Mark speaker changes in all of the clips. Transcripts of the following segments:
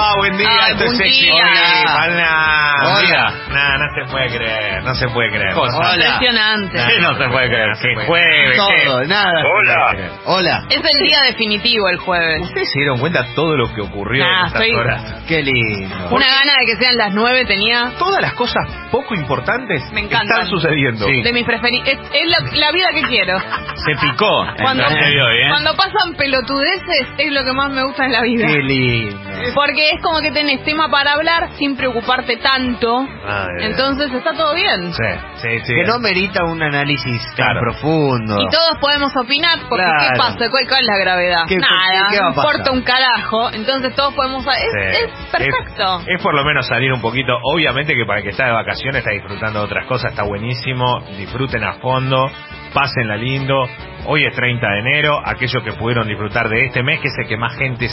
Speaker 1: Ay,
Speaker 2: esto es
Speaker 1: buen
Speaker 2: sexy.
Speaker 1: día.
Speaker 2: Hola.
Speaker 3: Hola.
Speaker 2: Nah, no se puede creer. No se puede creer.
Speaker 3: Cosa. Hola.
Speaker 1: Impresionante.
Speaker 2: Nah,
Speaker 3: No se puede creer.
Speaker 2: No se
Speaker 3: Que
Speaker 2: puede
Speaker 3: jueves.
Speaker 4: Todo,
Speaker 3: que-
Speaker 4: nada.
Speaker 5: Hola.
Speaker 4: Hola.
Speaker 1: Es el día definitivo el jueves.
Speaker 2: Oh, ¿Ustedes se dieron cuenta todo lo que ocurrió
Speaker 1: Nah,
Speaker 2: en estas
Speaker 1: estoy-
Speaker 2: horas?
Speaker 4: Qué lindo.
Speaker 1: Una gana de que sean las nueve tenía.
Speaker 2: Todas las cosas poco importantes
Speaker 1: Me encantan.
Speaker 2: están sucediendo.
Speaker 3: Sí.
Speaker 1: De mis preferidos. Es, es la, la vida que quiero.
Speaker 3: Se picó.
Speaker 1: Cuando,
Speaker 3: Entonces, de hoy, ¿eh?
Speaker 1: cuando pasan pelotudeces es lo que más me gusta en la vida.
Speaker 4: Qué lindo.
Speaker 1: Porque es como que tenés tema para hablar sin preocuparte tanto.
Speaker 2: Madre.
Speaker 1: Entonces está todo bien.
Speaker 2: Sí, sí, sí.
Speaker 4: Que no merita un análisis tan
Speaker 2: Claro.
Speaker 4: profundo.
Speaker 1: Y todos podemos opinar porque ¿qué
Speaker 4: Claro.
Speaker 1: pasa? ¿Cuál, cuál es la gravedad?
Speaker 4: ¿Qué-
Speaker 1: Nada,
Speaker 4: qué- qué va a
Speaker 1: no importa
Speaker 4: pasar?
Speaker 1: un carajo. Entonces todos podemos... Es,
Speaker 2: Sí.
Speaker 1: es perfecto.
Speaker 2: Es, es por lo menos salir un poquito. Obviamente que para el que está de vacaciones está disfrutando de otras cosas, está buenísimo. Disfruten a fondo, pásenla lindo. Hoy es 30 de enero. Aquellos que pudieron disfrutar de este mes, que es el que más gente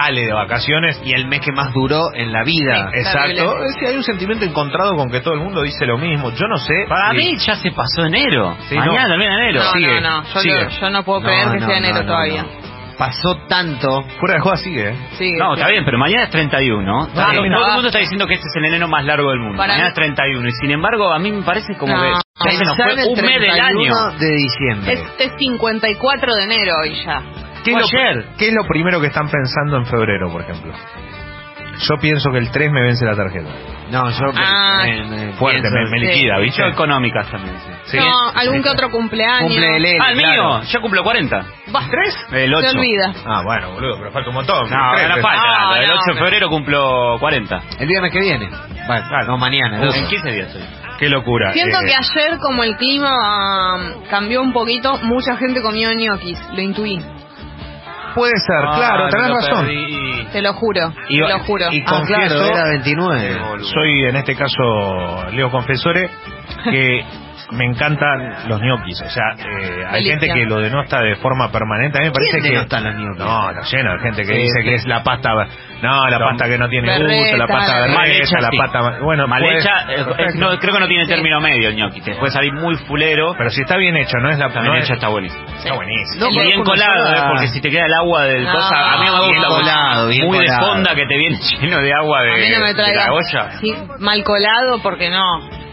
Speaker 2: sale de vacaciones.
Speaker 4: Y el mes que más duró en la vida.
Speaker 1: Sí.
Speaker 2: Exacto.
Speaker 1: terrible.
Speaker 2: Es que hay un sentimiento encontrado con que todo el mundo dice lo mismo. Yo no sé.
Speaker 3: Para
Speaker 2: si-
Speaker 3: mí ya se pasó enero.
Speaker 2: Sí,
Speaker 3: Mañana
Speaker 2: no.
Speaker 3: también enero.
Speaker 1: no,
Speaker 2: sigue,
Speaker 1: no, no, yo,
Speaker 2: sigue.
Speaker 1: no. yo no puedo
Speaker 4: No,
Speaker 1: creer que
Speaker 4: no,
Speaker 1: sea
Speaker 4: no,
Speaker 1: enero
Speaker 4: no,
Speaker 1: todavía.
Speaker 4: no. Pasó tanto.
Speaker 2: Fuera de juego sigue, ¿eh?
Speaker 1: Sigue,
Speaker 3: No,
Speaker 1: sigue.
Speaker 3: está bien, pero mañana es 31. Está
Speaker 2: Ah,
Speaker 3: bien.
Speaker 2: mira.
Speaker 3: Todo el mundo está diciendo que este es el enero más largo del mundo.
Speaker 1: Para
Speaker 3: mañana
Speaker 1: mí-
Speaker 3: es 31. Y sin embargo, a mí me parece como
Speaker 1: No.
Speaker 3: que ya se nos
Speaker 4: Pensá en
Speaker 3: fue
Speaker 4: el
Speaker 3: un mes del
Speaker 4: 31
Speaker 3: año.
Speaker 4: de diciembre.
Speaker 1: Es, es 54 de enero hoy ya.
Speaker 2: ¿Qué es,
Speaker 3: Fue
Speaker 2: lo,
Speaker 3: ayer.
Speaker 2: ¿Qué es lo primero que están pensando en febrero, por ejemplo? Yo pienso que el 3 me vence la tarjeta.
Speaker 4: No, yo me-
Speaker 1: Ah.
Speaker 4: me- me-
Speaker 2: Fuerte,
Speaker 4: pienso-
Speaker 2: me, me
Speaker 1: sí.
Speaker 2: liquida, ¿viste?
Speaker 3: Yo económicas también. sí.
Speaker 2: Sí.
Speaker 1: No, algún que otro cumpleaños.
Speaker 4: Cumple el L,
Speaker 3: Ah, el
Speaker 4: claro.
Speaker 3: mío. Yo cumplo 40.
Speaker 1: Bah,
Speaker 3: El 8.
Speaker 1: Se olvida.
Speaker 2: Ah, bueno, boludo, pero falta un montón.
Speaker 3: No,
Speaker 2: Tres, Ah,
Speaker 3: ahora
Speaker 2: tres.
Speaker 3: falta.
Speaker 1: No,
Speaker 3: el
Speaker 1: Ah, no,
Speaker 3: 8 de
Speaker 1: pero-
Speaker 3: febrero cumplo 40.
Speaker 4: El viernes que viene. Vale,
Speaker 2: Claro.
Speaker 4: No, mañana. el
Speaker 3: En
Speaker 4: otro.
Speaker 3: 15 días soy.
Speaker 2: Qué locura.
Speaker 1: Siento
Speaker 2: Eh,
Speaker 1: que ayer, como el clima ah, cambió un poquito, mucha gente comió ñoquis. Lo intuí.
Speaker 2: Puede
Speaker 1: Ah,
Speaker 2: ser, claro,
Speaker 3: Ay,
Speaker 2: tenés
Speaker 3: me lo
Speaker 2: razón.
Speaker 3: perdí.
Speaker 1: Te lo juro.
Speaker 2: Y-
Speaker 1: te lo juro.
Speaker 2: y-
Speaker 4: Ah, claro,
Speaker 2: Confieso-
Speaker 4: era 29.
Speaker 2: Soy, en este caso, Leo Confesore, que me encantan los ñoquis. O sea, eh, hay
Speaker 1: Delicia.
Speaker 2: gente que lo denota de forma permanente. A mí me parece que...
Speaker 4: están los ñoquis?
Speaker 2: No, está lleno de gente que
Speaker 4: Sí,
Speaker 2: dice
Speaker 4: sí.
Speaker 2: que es la pasta... No, la
Speaker 3: Lo-
Speaker 2: pasta que no tiene
Speaker 1: Berreta,
Speaker 2: gusto, la pasta
Speaker 1: la-
Speaker 3: Mal
Speaker 2: berreta,
Speaker 3: hecha,
Speaker 2: la
Speaker 3: sí.
Speaker 2: pasta... Bueno,
Speaker 3: Mal
Speaker 2: puede-
Speaker 3: hecha, eh, es- no, creo que no tiene
Speaker 1: Sí.
Speaker 3: término medio el ñoqui. Te puede salir muy fulero, pero
Speaker 2: Pero si está bien hecho, no es la...
Speaker 3: también
Speaker 2: no es-
Speaker 3: hecha está buenísimo.
Speaker 2: Está buenísimo.
Speaker 4: No,
Speaker 3: y
Speaker 4: pero
Speaker 3: bien
Speaker 4: como
Speaker 3: colado,
Speaker 4: soda.
Speaker 3: eh, porque si te queda el agua del
Speaker 1: No,
Speaker 3: cosa, a mí me
Speaker 4: bien
Speaker 3: gusta
Speaker 4: colado, bien
Speaker 3: muy
Speaker 4: colado.
Speaker 3: de fonda que te viene lleno de agua de,
Speaker 1: a mí no me
Speaker 3: de
Speaker 1: traigas
Speaker 3: la olla.
Speaker 1: sí, mal colado porque no.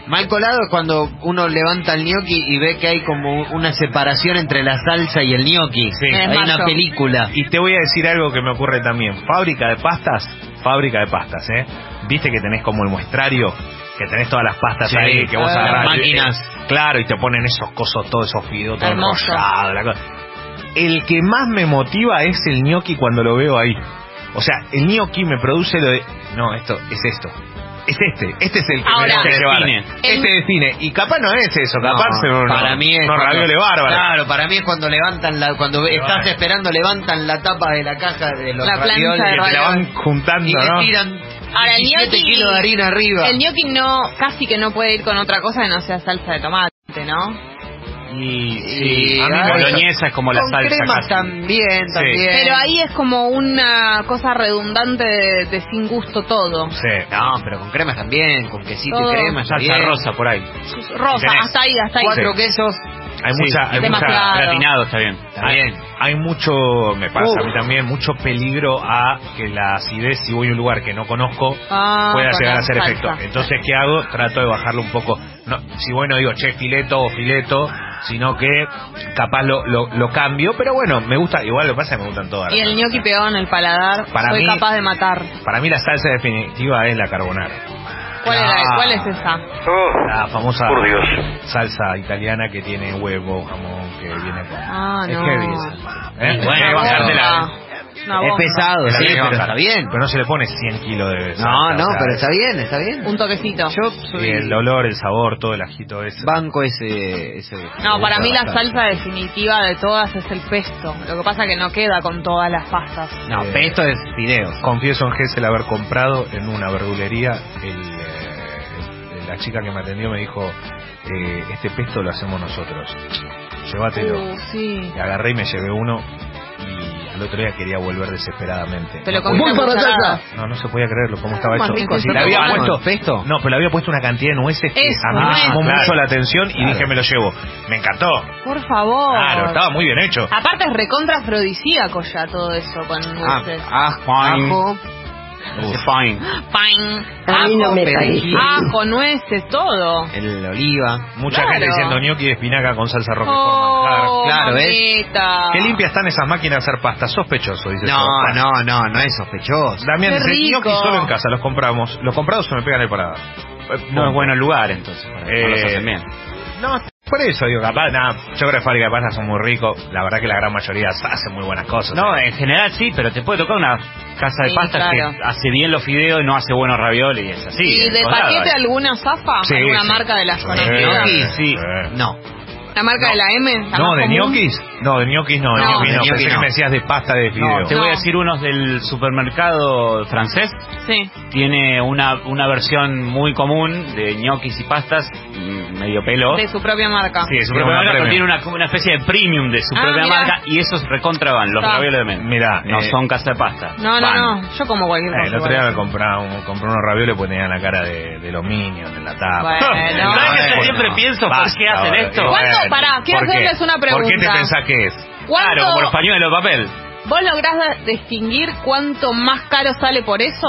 Speaker 4: Mal colado es cuando uno levanta el gnocchi y ve que hay como una separación entre la salsa y el gnocchi.
Speaker 2: Sí.
Speaker 4: Hay
Speaker 1: Es mayo.
Speaker 4: una película.
Speaker 2: Y te voy a decir algo que me ocurre también. Fábrica de pastas, fábrica de pastas, ¿eh? Viste que tenés como el muestrario, que tenés todas las pastas
Speaker 4: Sí,
Speaker 2: ahí, que vos
Speaker 4: claro.
Speaker 2: agarrás.
Speaker 4: Las máquinas.
Speaker 2: eh, claro, y te ponen esos cosos, todos esos fideos, todo
Speaker 1: Hermoso.
Speaker 2: enrollado, la cosa. El que más me motiva es el gnocchi cuando lo veo ahí. O sea, el gnocchi me produce lo de... No, esto, es esto. Es este, este es el que
Speaker 1: Ahora,
Speaker 2: me deja llevar.
Speaker 3: define.
Speaker 2: Este define. Y capaz no es eso,
Speaker 4: No,
Speaker 2: capaz se- no,
Speaker 4: para mí es
Speaker 2: no
Speaker 4: cuando- Ah,
Speaker 2: raviole bárbara.
Speaker 4: Claro, para mí es cuando levantan la cuando ve- estás
Speaker 2: Bárbara.
Speaker 4: esperando levantan la tapa de la caja de los
Speaker 1: La plancha de
Speaker 4: ravioles
Speaker 2: Que te la van juntando,
Speaker 4: y
Speaker 2: ¿no?
Speaker 4: le tiran
Speaker 1: Ahora, el
Speaker 4: 17
Speaker 1: gnocchi-
Speaker 4: kilos de harina arriba.
Speaker 1: El gnocchi no, casi que no puede ir con otra cosa que no sea salsa de tomate, ¿no?
Speaker 3: Y
Speaker 4: sí,
Speaker 3: sí, a mí
Speaker 4: ay,
Speaker 3: boloñesa es como la
Speaker 4: Con
Speaker 3: salsa
Speaker 4: cremas
Speaker 3: casi.
Speaker 4: también,
Speaker 2: Sí.
Speaker 4: también.
Speaker 1: Pero ahí es como una cosa redundante de, de sin gusto todo.
Speaker 2: Sí.
Speaker 4: No, pero con cremas también, con quesito
Speaker 1: Todo.
Speaker 4: y crema,
Speaker 3: Salsa
Speaker 4: también.
Speaker 3: rosa por ahí.
Speaker 1: Rosa,
Speaker 2: Tenés
Speaker 1: hasta ahí, hasta ahí.
Speaker 4: Cuatro quesos,
Speaker 2: Hay
Speaker 3: Sí,
Speaker 2: mucha, hay
Speaker 1: demasiado. Ah,
Speaker 2: mucha,
Speaker 1: Claro.
Speaker 3: Gratinado está bien.
Speaker 2: hay,
Speaker 4: también.
Speaker 2: hay mucho, me pasa a mí
Speaker 4: Uh.
Speaker 2: también, mucho peligro a que la acidez, si voy a un lugar que no conozco,
Speaker 1: Ah,
Speaker 2: pueda
Speaker 1: con
Speaker 2: llegar a
Speaker 1: la
Speaker 2: hacer
Speaker 1: salsa.
Speaker 2: efecto. Entonces, ¿qué hago? Trato de bajarlo un poco. No, si voy no digo, che, fileto o fileto, sino que capaz lo, lo, lo cambio, pero bueno, me gusta, igual lo que pasa es que me gustan todas.
Speaker 1: Y
Speaker 2: las
Speaker 1: el
Speaker 2: salsas.
Speaker 1: gnocchi pegado en el paladar,
Speaker 2: Para
Speaker 1: soy
Speaker 2: mí-
Speaker 1: capaz de matar.
Speaker 2: Para mí la salsa definitiva es la carbonara,
Speaker 1: ¿Cuál, era,
Speaker 2: Ah.
Speaker 1: ¿Cuál es esa?
Speaker 5: Oh,
Speaker 2: la famosa
Speaker 5: por Dios.
Speaker 2: salsa italiana que tiene huevo, jamón, que viene con...
Speaker 1: Ah,
Speaker 2: es
Speaker 1: no.
Speaker 2: heavy esa. ¿Eh?
Speaker 3: Bueno,
Speaker 2: Hay que
Speaker 1: Una
Speaker 3: bancártela.
Speaker 1: bomba. Una
Speaker 4: es
Speaker 1: bomba.
Speaker 4: pesado,
Speaker 2: Pero
Speaker 4: sí,
Speaker 2: hay que
Speaker 4: pero
Speaker 2: bancar.
Speaker 4: está bien.
Speaker 2: Pero no se le pone 100 kilos de salsa,
Speaker 4: No,
Speaker 2: o
Speaker 4: no,
Speaker 2: sea,
Speaker 4: pero está bien, está bien.
Speaker 1: Un toquecito.
Speaker 4: Yo
Speaker 2: y
Speaker 4: soy
Speaker 2: el olor, el sabor, todo el ajito ese.
Speaker 4: banco ese, ese me
Speaker 1: No, para
Speaker 4: gusta
Speaker 1: mí la
Speaker 4: bastante.
Speaker 1: salsa definitiva de todas es el pesto. Lo que pasa que no queda con todas las pastas.
Speaker 4: No,
Speaker 2: Eh,
Speaker 4: pesto es fideos.
Speaker 2: Confieso en Gessel haber comprado en una verdulería. El, eh, la chica que me atendió me dijo: eh, Este pesto lo hacemos nosotros. Llévatelo.
Speaker 1: Uh, sí.
Speaker 2: Y agarré y me llevé uno. Y al otro día quería volver desesperadamente.
Speaker 1: Te lo
Speaker 2: No
Speaker 1: comiste
Speaker 2: podía-
Speaker 1: por
Speaker 2: No, no se podía creerlo, cómo estaba
Speaker 1: Más
Speaker 2: hecho.
Speaker 1: rico,
Speaker 2: Si
Speaker 1: sí,
Speaker 2: le
Speaker 1: pero
Speaker 2: había
Speaker 1: bueno.
Speaker 2: puesto
Speaker 4: pesto.
Speaker 2: No, pero le había puesto una cantidad de nueces que
Speaker 1: Eso,
Speaker 2: a mí me
Speaker 1: nueces.
Speaker 2: llamó
Speaker 1: Claro. Oh.
Speaker 2: mucho la atención y
Speaker 4: Claro.
Speaker 2: dije, me lo llevo. Me encantó.
Speaker 1: Por favor.
Speaker 2: Claro, estaba muy bien hecho.
Speaker 1: Aparte es recontra afrodisíaco ya todo eso con
Speaker 4: Ah,
Speaker 1: nueces.
Speaker 4: ajo, ajo,
Speaker 1: Ah.
Speaker 3: Ese Fine.
Speaker 1: Pan,
Speaker 6: A mí
Speaker 1: ajo,
Speaker 6: no me
Speaker 1: perejil,
Speaker 6: parece.
Speaker 1: ajo, nueces, todo.
Speaker 4: El oliva.
Speaker 2: Mucha
Speaker 1: Claro.
Speaker 2: gente diciendo gnocchi de espinaca con salsa roquefort.
Speaker 1: Oh,
Speaker 4: Claro, ¿ves?
Speaker 1: mamita.
Speaker 2: Qué limpias están esas máquinas de hacer pasta. Sospechoso, dice
Speaker 4: No,
Speaker 2: Sopa.
Speaker 4: no, no, no es sospechoso.
Speaker 2: Damián
Speaker 1: Qué
Speaker 2: dice,
Speaker 1: rico.
Speaker 2: gnocchi solo en casa, los compramos. Los comprados se me pegan el paladar.
Speaker 3: No es bueno el lugar, entonces.
Speaker 2: Eh,
Speaker 3: no los hacen bien.
Speaker 2: No, por eso digo, capaz, nada, yo creo que fábrica de pasta son muy ricos. La verdad que la gran mayoría hacen muy buenas cosas.
Speaker 3: No, en general sí, pero te puede tocar una casa de
Speaker 1: Sí,
Speaker 3: pasta
Speaker 1: claro.
Speaker 3: que hace bien los fideos y no hace buenos ravioles y es así.
Speaker 1: ¿Y
Speaker 3: es
Speaker 1: de
Speaker 3: colado,
Speaker 1: paquete
Speaker 3: eh.
Speaker 1: alguna zafa?
Speaker 2: Sí,
Speaker 1: ¿Alguna
Speaker 2: sí.
Speaker 1: marca de las
Speaker 2: Sí,
Speaker 1: conocidas?
Speaker 4: gnocchi,
Speaker 2: sí.
Speaker 4: No.
Speaker 1: ¿La marca de la M? ¿La
Speaker 2: No,
Speaker 1: más
Speaker 2: ¿de
Speaker 1: común?
Speaker 2: ñoquis? No, de ñoquis no, de
Speaker 1: No,
Speaker 2: ñoquis
Speaker 4: de
Speaker 2: no.
Speaker 4: ñoquis
Speaker 2: Pensé que
Speaker 4: no.
Speaker 2: me decías de pasta de
Speaker 3: No,
Speaker 2: fideo.
Speaker 3: te voy a
Speaker 1: No.
Speaker 3: decir unos del supermercado francés.
Speaker 1: Sí.
Speaker 3: Tiene una, una versión muy común de ñoquis y pastas, mm, medio pelo.
Speaker 1: De su propia marca.
Speaker 2: Sí, es un
Speaker 3: Pero
Speaker 2: programa
Speaker 3: ahora
Speaker 2: premium.
Speaker 3: tiene una, una especie de premium de su
Speaker 1: Ah,
Speaker 3: propia
Speaker 1: mirá.
Speaker 3: marca y esos recontraban los
Speaker 1: Está.
Speaker 3: ravioles de men.
Speaker 2: Mirá,
Speaker 3: no
Speaker 2: eh,
Speaker 3: son casa de pasta.
Speaker 1: No,
Speaker 3: Van.
Speaker 1: no, no. Yo como cualquier
Speaker 2: Eh,
Speaker 1: cosa.
Speaker 2: el otro día
Speaker 1: igual.
Speaker 2: me compraba un- compré unos ravioles porque tenían la cara de, de los Minions en la tapa.
Speaker 1: Bueno.
Speaker 3: ¿Sabes que yo
Speaker 2: bueno,
Speaker 3: siempre pienso por
Speaker 2: basta,
Speaker 3: qué hacen
Speaker 2: bueno,
Speaker 3: esto?
Speaker 2: y
Speaker 1: ¿Cuánto?
Speaker 2: bueno,
Speaker 1: Pará, quiero
Speaker 2: ¿por qué?
Speaker 1: hacerles una
Speaker 2: ¿Por qué te
Speaker 1: pregunta.
Speaker 2: pensás que es?
Speaker 1: ¿Cuánto-
Speaker 3: Claro, como los pañuelos de papel.
Speaker 1: ¿Vos lográs da- distinguir cuánto más caro sale por eso?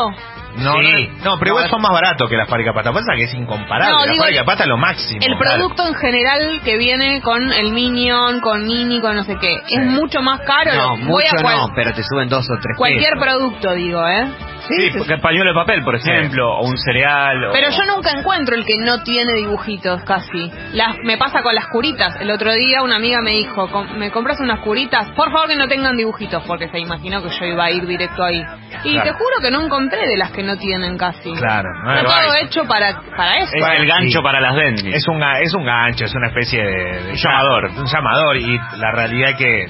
Speaker 2: No,
Speaker 3: Sí.
Speaker 2: no, no, pero igual son más baratos que las fábricas de pasta. Pasa que es incomparable.
Speaker 1: No,
Speaker 2: la
Speaker 1: digo,
Speaker 2: fábrica de pasta es lo máximo.
Speaker 1: El
Speaker 2: claro.
Speaker 1: producto en general que viene con el Minion, con Mini, con no sé qué,
Speaker 2: Sí.
Speaker 1: es mucho más caro.
Speaker 4: No,
Speaker 1: Voy
Speaker 4: mucho
Speaker 1: a cual-
Speaker 4: no, pero te suben dos o tres
Speaker 1: cualquier
Speaker 4: pesos.
Speaker 1: producto, digo, ¿eh?
Speaker 3: Sí, porque el pañuelo de papel, por ejemplo, o un cereal. o-
Speaker 1: Pero yo nunca encuentro el que no tiene dibujitos casi. Las, me pasa con las curitas. El otro día una amiga me dijo, "Com- ¿me compras unas curitas? Por favor que no tengan dibujitos, porque se imaginó que yo iba a ir directo ahí. Y
Speaker 2: Claro.
Speaker 1: te juro que no encontré de las que no tienen casi.
Speaker 2: Claro, no,
Speaker 1: Está
Speaker 2: no
Speaker 1: todo
Speaker 2: hay.
Speaker 1: hecho para, para eso.
Speaker 3: Es el gancho para las dentis.
Speaker 2: Es un, ga- es un gancho, es una especie de, de
Speaker 3: Un llamador.
Speaker 2: Un llamador. Y la realidad es que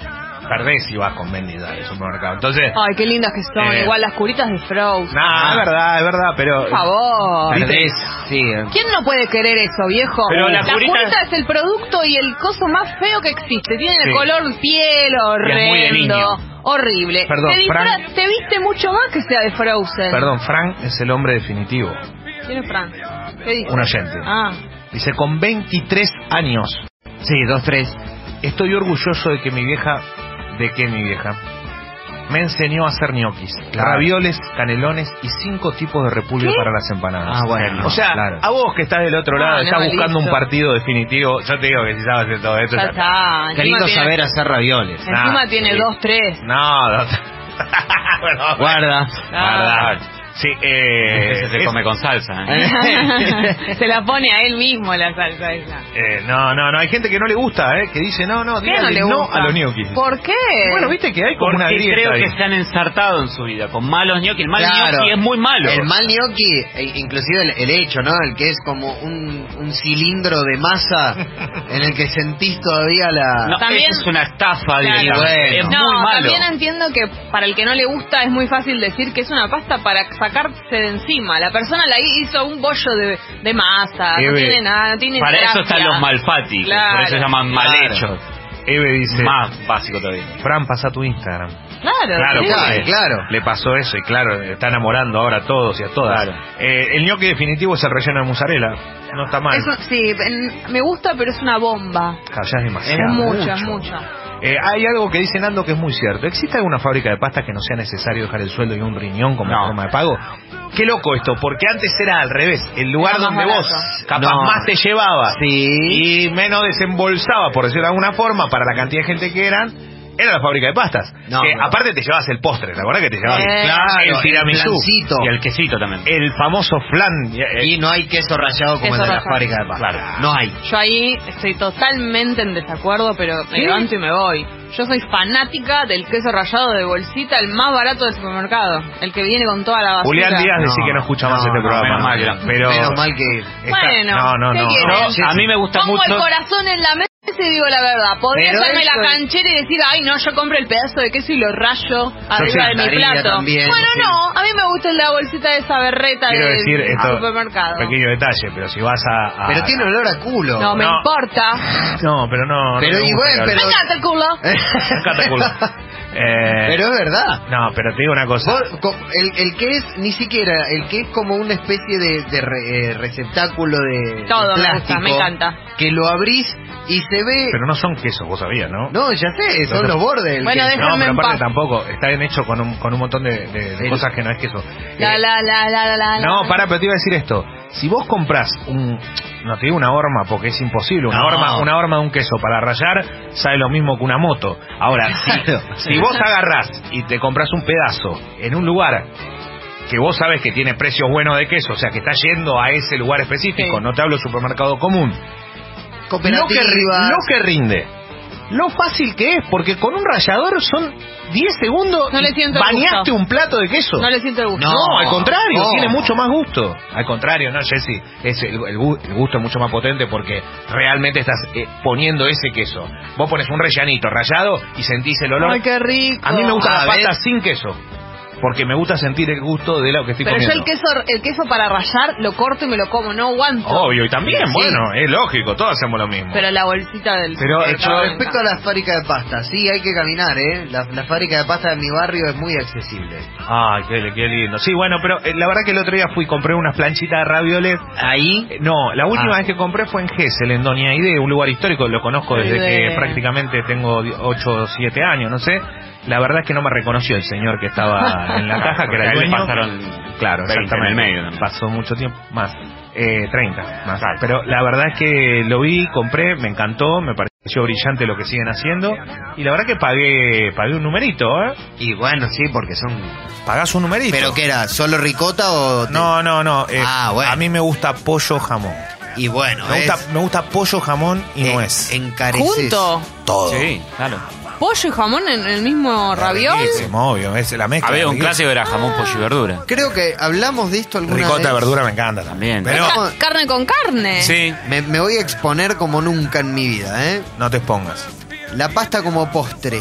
Speaker 2: perdés si vas con vendidas al supermercado. Entonces,
Speaker 1: Ay, qué lindas que son.
Speaker 2: Eh.
Speaker 1: Igual las curitas de Frozen.
Speaker 2: nada,
Speaker 4: Ah.
Speaker 2: es verdad, es verdad, pero...
Speaker 1: Por favor.
Speaker 4: Perdés, sí. eh.
Speaker 1: ¿Quién no puede querer eso, viejo?
Speaker 3: Pero
Speaker 1: la
Speaker 3: las
Speaker 1: curita...
Speaker 3: curitas-
Speaker 1: es el producto y el coso más feo que existe. Tiene el
Speaker 3: Sí.
Speaker 1: color piel
Speaker 3: es muy de
Speaker 1: horrendo,
Speaker 3: niño.
Speaker 1: horrible.
Speaker 2: Perdón,
Speaker 1: te, disfra-
Speaker 2: Fran.
Speaker 1: te viste mucho más que sea de Frozen.
Speaker 2: Perdón, Frank es el hombre definitivo.
Speaker 1: ¿Quién es Fran? ¿Qué dice?
Speaker 2: Un oyente.
Speaker 1: Ah,
Speaker 2: Dice, con 23 años. Sí, 2-3. Estoy orgulloso de que mi vieja... ¿De que mi vieja? Me enseñó a hacer ñoquis,
Speaker 4: Claro.
Speaker 2: ravioles, canelones y cinco tipos de repulgue
Speaker 1: ¿Qué?
Speaker 2: para las empanadas.
Speaker 4: Ah, bueno.
Speaker 2: O sea,
Speaker 4: claro.
Speaker 2: a vos que estás del otro lado,
Speaker 1: Ah,
Speaker 2: estás
Speaker 1: no,
Speaker 2: buscando un
Speaker 1: listo.
Speaker 2: partido definitivo, yo te digo que si sabes de todo esto...
Speaker 1: ya
Speaker 2: ya-
Speaker 1: está.
Speaker 4: Qué
Speaker 1: Encima
Speaker 4: lindo
Speaker 1: tiene-
Speaker 4: saber hacer ravioles.
Speaker 1: Encima
Speaker 2: Ah,
Speaker 1: tiene
Speaker 2: sí.
Speaker 1: dos, tres.
Speaker 2: No, no. Perdón.
Speaker 4: Guarda.
Speaker 2: Guarda. Sí, eh,
Speaker 3: Ese se
Speaker 2: Ah. es-
Speaker 3: come con salsa. ¿eh?
Speaker 1: Se la pone a él mismo la salsa esa.
Speaker 2: eh, no, no, no, hay gente que no le gusta, eh, que dice no, no,
Speaker 1: ¿Qué no
Speaker 2: dígale
Speaker 1: le
Speaker 2: no,
Speaker 1: gusta?
Speaker 2: a los ñoquis.
Speaker 1: ¿Por eh, qué?
Speaker 2: Bueno, viste que hay como una
Speaker 3: Porque
Speaker 2: grieta
Speaker 3: creo
Speaker 2: ahí.
Speaker 3: que se han ensartado en su vida con malos gnocchi. El mal
Speaker 4: Claro.
Speaker 3: gnocchi es muy malo.
Speaker 4: El mal gnocchi, e- inclusive el, el hecho, ¿no? El que es como un, un cilindro de masa en el que sentís todavía la...
Speaker 3: No,
Speaker 1: También-
Speaker 3: es una estafa.
Speaker 1: Claro.
Speaker 3: directamente. Es
Speaker 4: Bueno.
Speaker 1: No,
Speaker 3: muy malo.
Speaker 1: también entiendo que para el que no le gusta es muy fácil decir que es una pasta para sacarse de encima. La persona la hizo un bollo de, de masa,
Speaker 2: Qué
Speaker 1: no
Speaker 2: be-
Speaker 1: tiene nada, no tiene
Speaker 3: Para eso
Speaker 1: gracia.
Speaker 3: están los malfati,
Speaker 1: Claro.
Speaker 3: por eso se llaman mal
Speaker 4: Claro.
Speaker 3: hechos.
Speaker 2: Eve dice,
Speaker 3: Más básico todavía.
Speaker 2: Fran, pasa tu Instagram.
Speaker 1: Claro,
Speaker 2: Claro,
Speaker 1: sí.
Speaker 4: claro,
Speaker 2: porque
Speaker 4: claro.
Speaker 2: Le pasó eso y claro, está enamorando ahora a todos y a todas.
Speaker 3: Claro.
Speaker 2: Eh, el ñoqui definitivo es el relleno de mozzarella. No está mal.
Speaker 1: Es un- sí, en- me gusta, pero es una bomba.
Speaker 2: Callás
Speaker 1: Es
Speaker 2: demasiado.
Speaker 1: mucha,
Speaker 2: Mucho.
Speaker 1: mucha.
Speaker 2: Eh, hay algo que dice Nando que es muy cierto. ¿Existe alguna fábrica de pastas que no sea necesario dejar el sueldo y un riñón como
Speaker 3: No.
Speaker 2: forma de pago? Qué loco esto, porque antes era al revés. El lugar
Speaker 1: Era más
Speaker 2: donde vos
Speaker 1: barato.
Speaker 2: capaz
Speaker 4: No.
Speaker 2: más te llevaba
Speaker 4: Sí.
Speaker 2: y menos desembolsaba, por decirlo de alguna forma, para la cantidad de gente que eran, era la fábrica de pastas.
Speaker 4: No,
Speaker 2: que
Speaker 4: no.
Speaker 2: aparte te llevabas el postre, ¿te acordás que te llevabas
Speaker 1: Eh,
Speaker 2: el tiramisú?
Speaker 4: flancito.
Speaker 3: Y el quesito también.
Speaker 2: El famoso flan. eh,
Speaker 4: Y no hay queso rallado como
Speaker 1: Queso
Speaker 4: el de la
Speaker 1: rallado.
Speaker 4: fábrica de pasta.
Speaker 2: Claro.
Speaker 4: No hay.
Speaker 1: Yo ahí estoy totalmente en desacuerdo, pero me
Speaker 2: ¿Sí?
Speaker 1: levanto y me voy. Yo soy fanática del queso rallado de bolsita, el más barato del supermercado, el que viene con toda la basura.
Speaker 2: Julián Díaz
Speaker 4: No,
Speaker 2: dice que no escucha más
Speaker 4: no,
Speaker 2: este
Speaker 4: no,
Speaker 2: programa.
Speaker 3: menos mal que no.
Speaker 2: Pero
Speaker 4: Menos mal que...
Speaker 2: está-
Speaker 1: Bueno,
Speaker 2: no, no,
Speaker 1: ¿qué
Speaker 2: no.
Speaker 1: quieren?
Speaker 2: No,
Speaker 1: Sí,
Speaker 3: a mí me gusta
Speaker 1: Pongo
Speaker 3: mucho.
Speaker 1: el corazón en la mesa y digo la verdad. Podría
Speaker 4: Pero
Speaker 1: hacerme
Speaker 4: eso
Speaker 1: la
Speaker 4: es-
Speaker 1: canchera y decir, ay, no, yo compro el pedazo de queso y lo rayo arriba de mi
Speaker 4: sentaría
Speaker 1: plato.
Speaker 4: también,
Speaker 1: bueno,
Speaker 4: sí.
Speaker 1: no, a mí me gusta la bolsita de esa berreta
Speaker 2: Quiero
Speaker 1: del
Speaker 2: decir esto,
Speaker 1: supermercado.
Speaker 2: pequeño detalle, pero si vas a... a-
Speaker 4: Pero tiene olor a culo.
Speaker 1: No, me
Speaker 2: No.
Speaker 1: importa.
Speaker 2: No, pero no...
Speaker 4: Pero
Speaker 2: no me
Speaker 4: y
Speaker 2: gusta
Speaker 4: bueno,
Speaker 2: que hable.
Speaker 4: pero-
Speaker 1: Me encanta el culo.
Speaker 2: Me encanta el culo.
Speaker 7: Eh,
Speaker 4: Pero es verdad.
Speaker 7: No, pero te digo una cosa.
Speaker 4: Vos, co- el, el que es, ni siquiera, el que es como una especie de, de re- eh, receptáculo de,
Speaker 1: Todo
Speaker 4: de
Speaker 1: me gusta,
Speaker 4: plástico.
Speaker 1: me encanta.
Speaker 4: Que lo abrís y se ve...
Speaker 7: Pero no son quesos, vos sabías, ¿no?
Speaker 4: no, ya sé, son
Speaker 7: Entonces-
Speaker 4: los bordes. del
Speaker 1: Bueno,
Speaker 4: queso.
Speaker 1: déjame
Speaker 7: No, pero
Speaker 1: en
Speaker 7: aparte
Speaker 1: paz.
Speaker 7: tampoco. Está bien hecho con un, con un montón de, de- de
Speaker 4: El-
Speaker 7: cosas que no es queso.
Speaker 1: La,
Speaker 7: Eh,
Speaker 1: la, la, la, la, la.
Speaker 7: No, para, pero te iba a decir esto. Si vos compras un. No te digo una horma porque es imposible. Una,
Speaker 4: No.
Speaker 7: horma, una horma de un queso para rayar sale lo mismo que una moto. Ahora, si, si vos agarrás y te compras un pedazo en un lugar que vos sabes que tiene precios buenos de queso, o sea, que está yendo a ese lugar específico,
Speaker 1: Sí.
Speaker 7: no te hablo de supermercado común, lo que, ri-
Speaker 4: Cooperativa.
Speaker 7: lo que rinde. Lo fácil que es, porque con un rallador son 10 segundos.
Speaker 1: No le
Speaker 7: y
Speaker 1: siento el
Speaker 7: bañaste
Speaker 1: gusto.
Speaker 7: un plato de queso.
Speaker 1: No le siento el gusto.
Speaker 7: No,
Speaker 4: No,
Speaker 7: al contrario,
Speaker 4: no.
Speaker 7: tiene mucho más gusto. Al contrario, no, Jessy, es el, el gu- el gusto es mucho más potente porque realmente estás eh, poniendo ese queso. Vos pones un rellanito rallado y sentís el olor.
Speaker 1: Ay, qué rico.
Speaker 7: A mí me gusta
Speaker 4: Ah,
Speaker 7: la
Speaker 4: ¿ves?
Speaker 7: pasta sin queso, porque me gusta sentir el gusto de lo que estoy
Speaker 1: Pero yo el
Speaker 7: comiendo.
Speaker 1: queso, el queso para rayar lo corto y me lo como, no aguanto.
Speaker 7: Obvio, y también,
Speaker 1: Sí.
Speaker 7: bueno, es lógico, todos hacemos lo mismo.
Speaker 1: Pero la bolsita del...
Speaker 7: Pero,
Speaker 1: del
Speaker 7: yo-
Speaker 1: carro me
Speaker 4: Respecto a la fábrica de pasta, sí, hay que caminar, ¿eh? La, la fábrica de pasta de mi barrio es muy accesible.
Speaker 7: Ay, Ah, qué, qué lindo. Sí, bueno, pero eh, la verdad que el otro día fui, compré unas planchitas de ravioles.
Speaker 4: Ahí,
Speaker 7: Eh, No, la última
Speaker 4: Ah.
Speaker 7: vez que compré fue en Gessel, en Doña Aide, un lugar histórico, lo conozco desde
Speaker 1: Aide.
Speaker 7: que prácticamente tengo 8 o 7 años, no sé. La verdad es que no me reconoció el señor que estaba en la caja, que era
Speaker 3: Porque a
Speaker 7: el
Speaker 3: él le
Speaker 7: dueño.
Speaker 3: pasaron
Speaker 7: claro,
Speaker 3: 20 en
Speaker 7: exactamente.
Speaker 3: el medio también.
Speaker 7: Pasó mucho tiempo, más, eh, 30 más. Pero la verdad es que lo vi, compré, me encantó, me pareció brillante lo que siguen haciendo. Y la verdad que pagué, pagué un numerito, ¿eh?
Speaker 4: y bueno, sí, porque son...
Speaker 7: Pagás un numerito.
Speaker 4: ¿Pero qué era? ¿Solo ricota o...? te-
Speaker 7: No, no, no. eh,
Speaker 4: Ah, bueno.
Speaker 7: A mí me gusta pollo jamón.
Speaker 4: Y bueno,
Speaker 7: Me gusta,
Speaker 4: es-
Speaker 7: me gusta pollo, jamón y
Speaker 4: en-
Speaker 7: nuez.
Speaker 4: encareces
Speaker 1: Junto.
Speaker 7: todo.
Speaker 3: Sí, claro.
Speaker 1: Pollo y jamón en el mismo raviol.
Speaker 7: Riquísimo, obvio, es la mezcla.
Speaker 3: Había un
Speaker 7: riquísimo.
Speaker 3: clásico que era jamón, pollo y verdura.
Speaker 4: Creo que hablamos de esto alguna
Speaker 7: Ricota de
Speaker 4: vez.
Speaker 7: verdura me encanta también.
Speaker 3: También.
Speaker 7: Pero
Speaker 1: Ca- Carne con carne.
Speaker 3: Sí.
Speaker 4: Me, me voy a exponer como nunca en mi vida, ¿eh?
Speaker 7: no te expongas.
Speaker 4: La pasta como postre.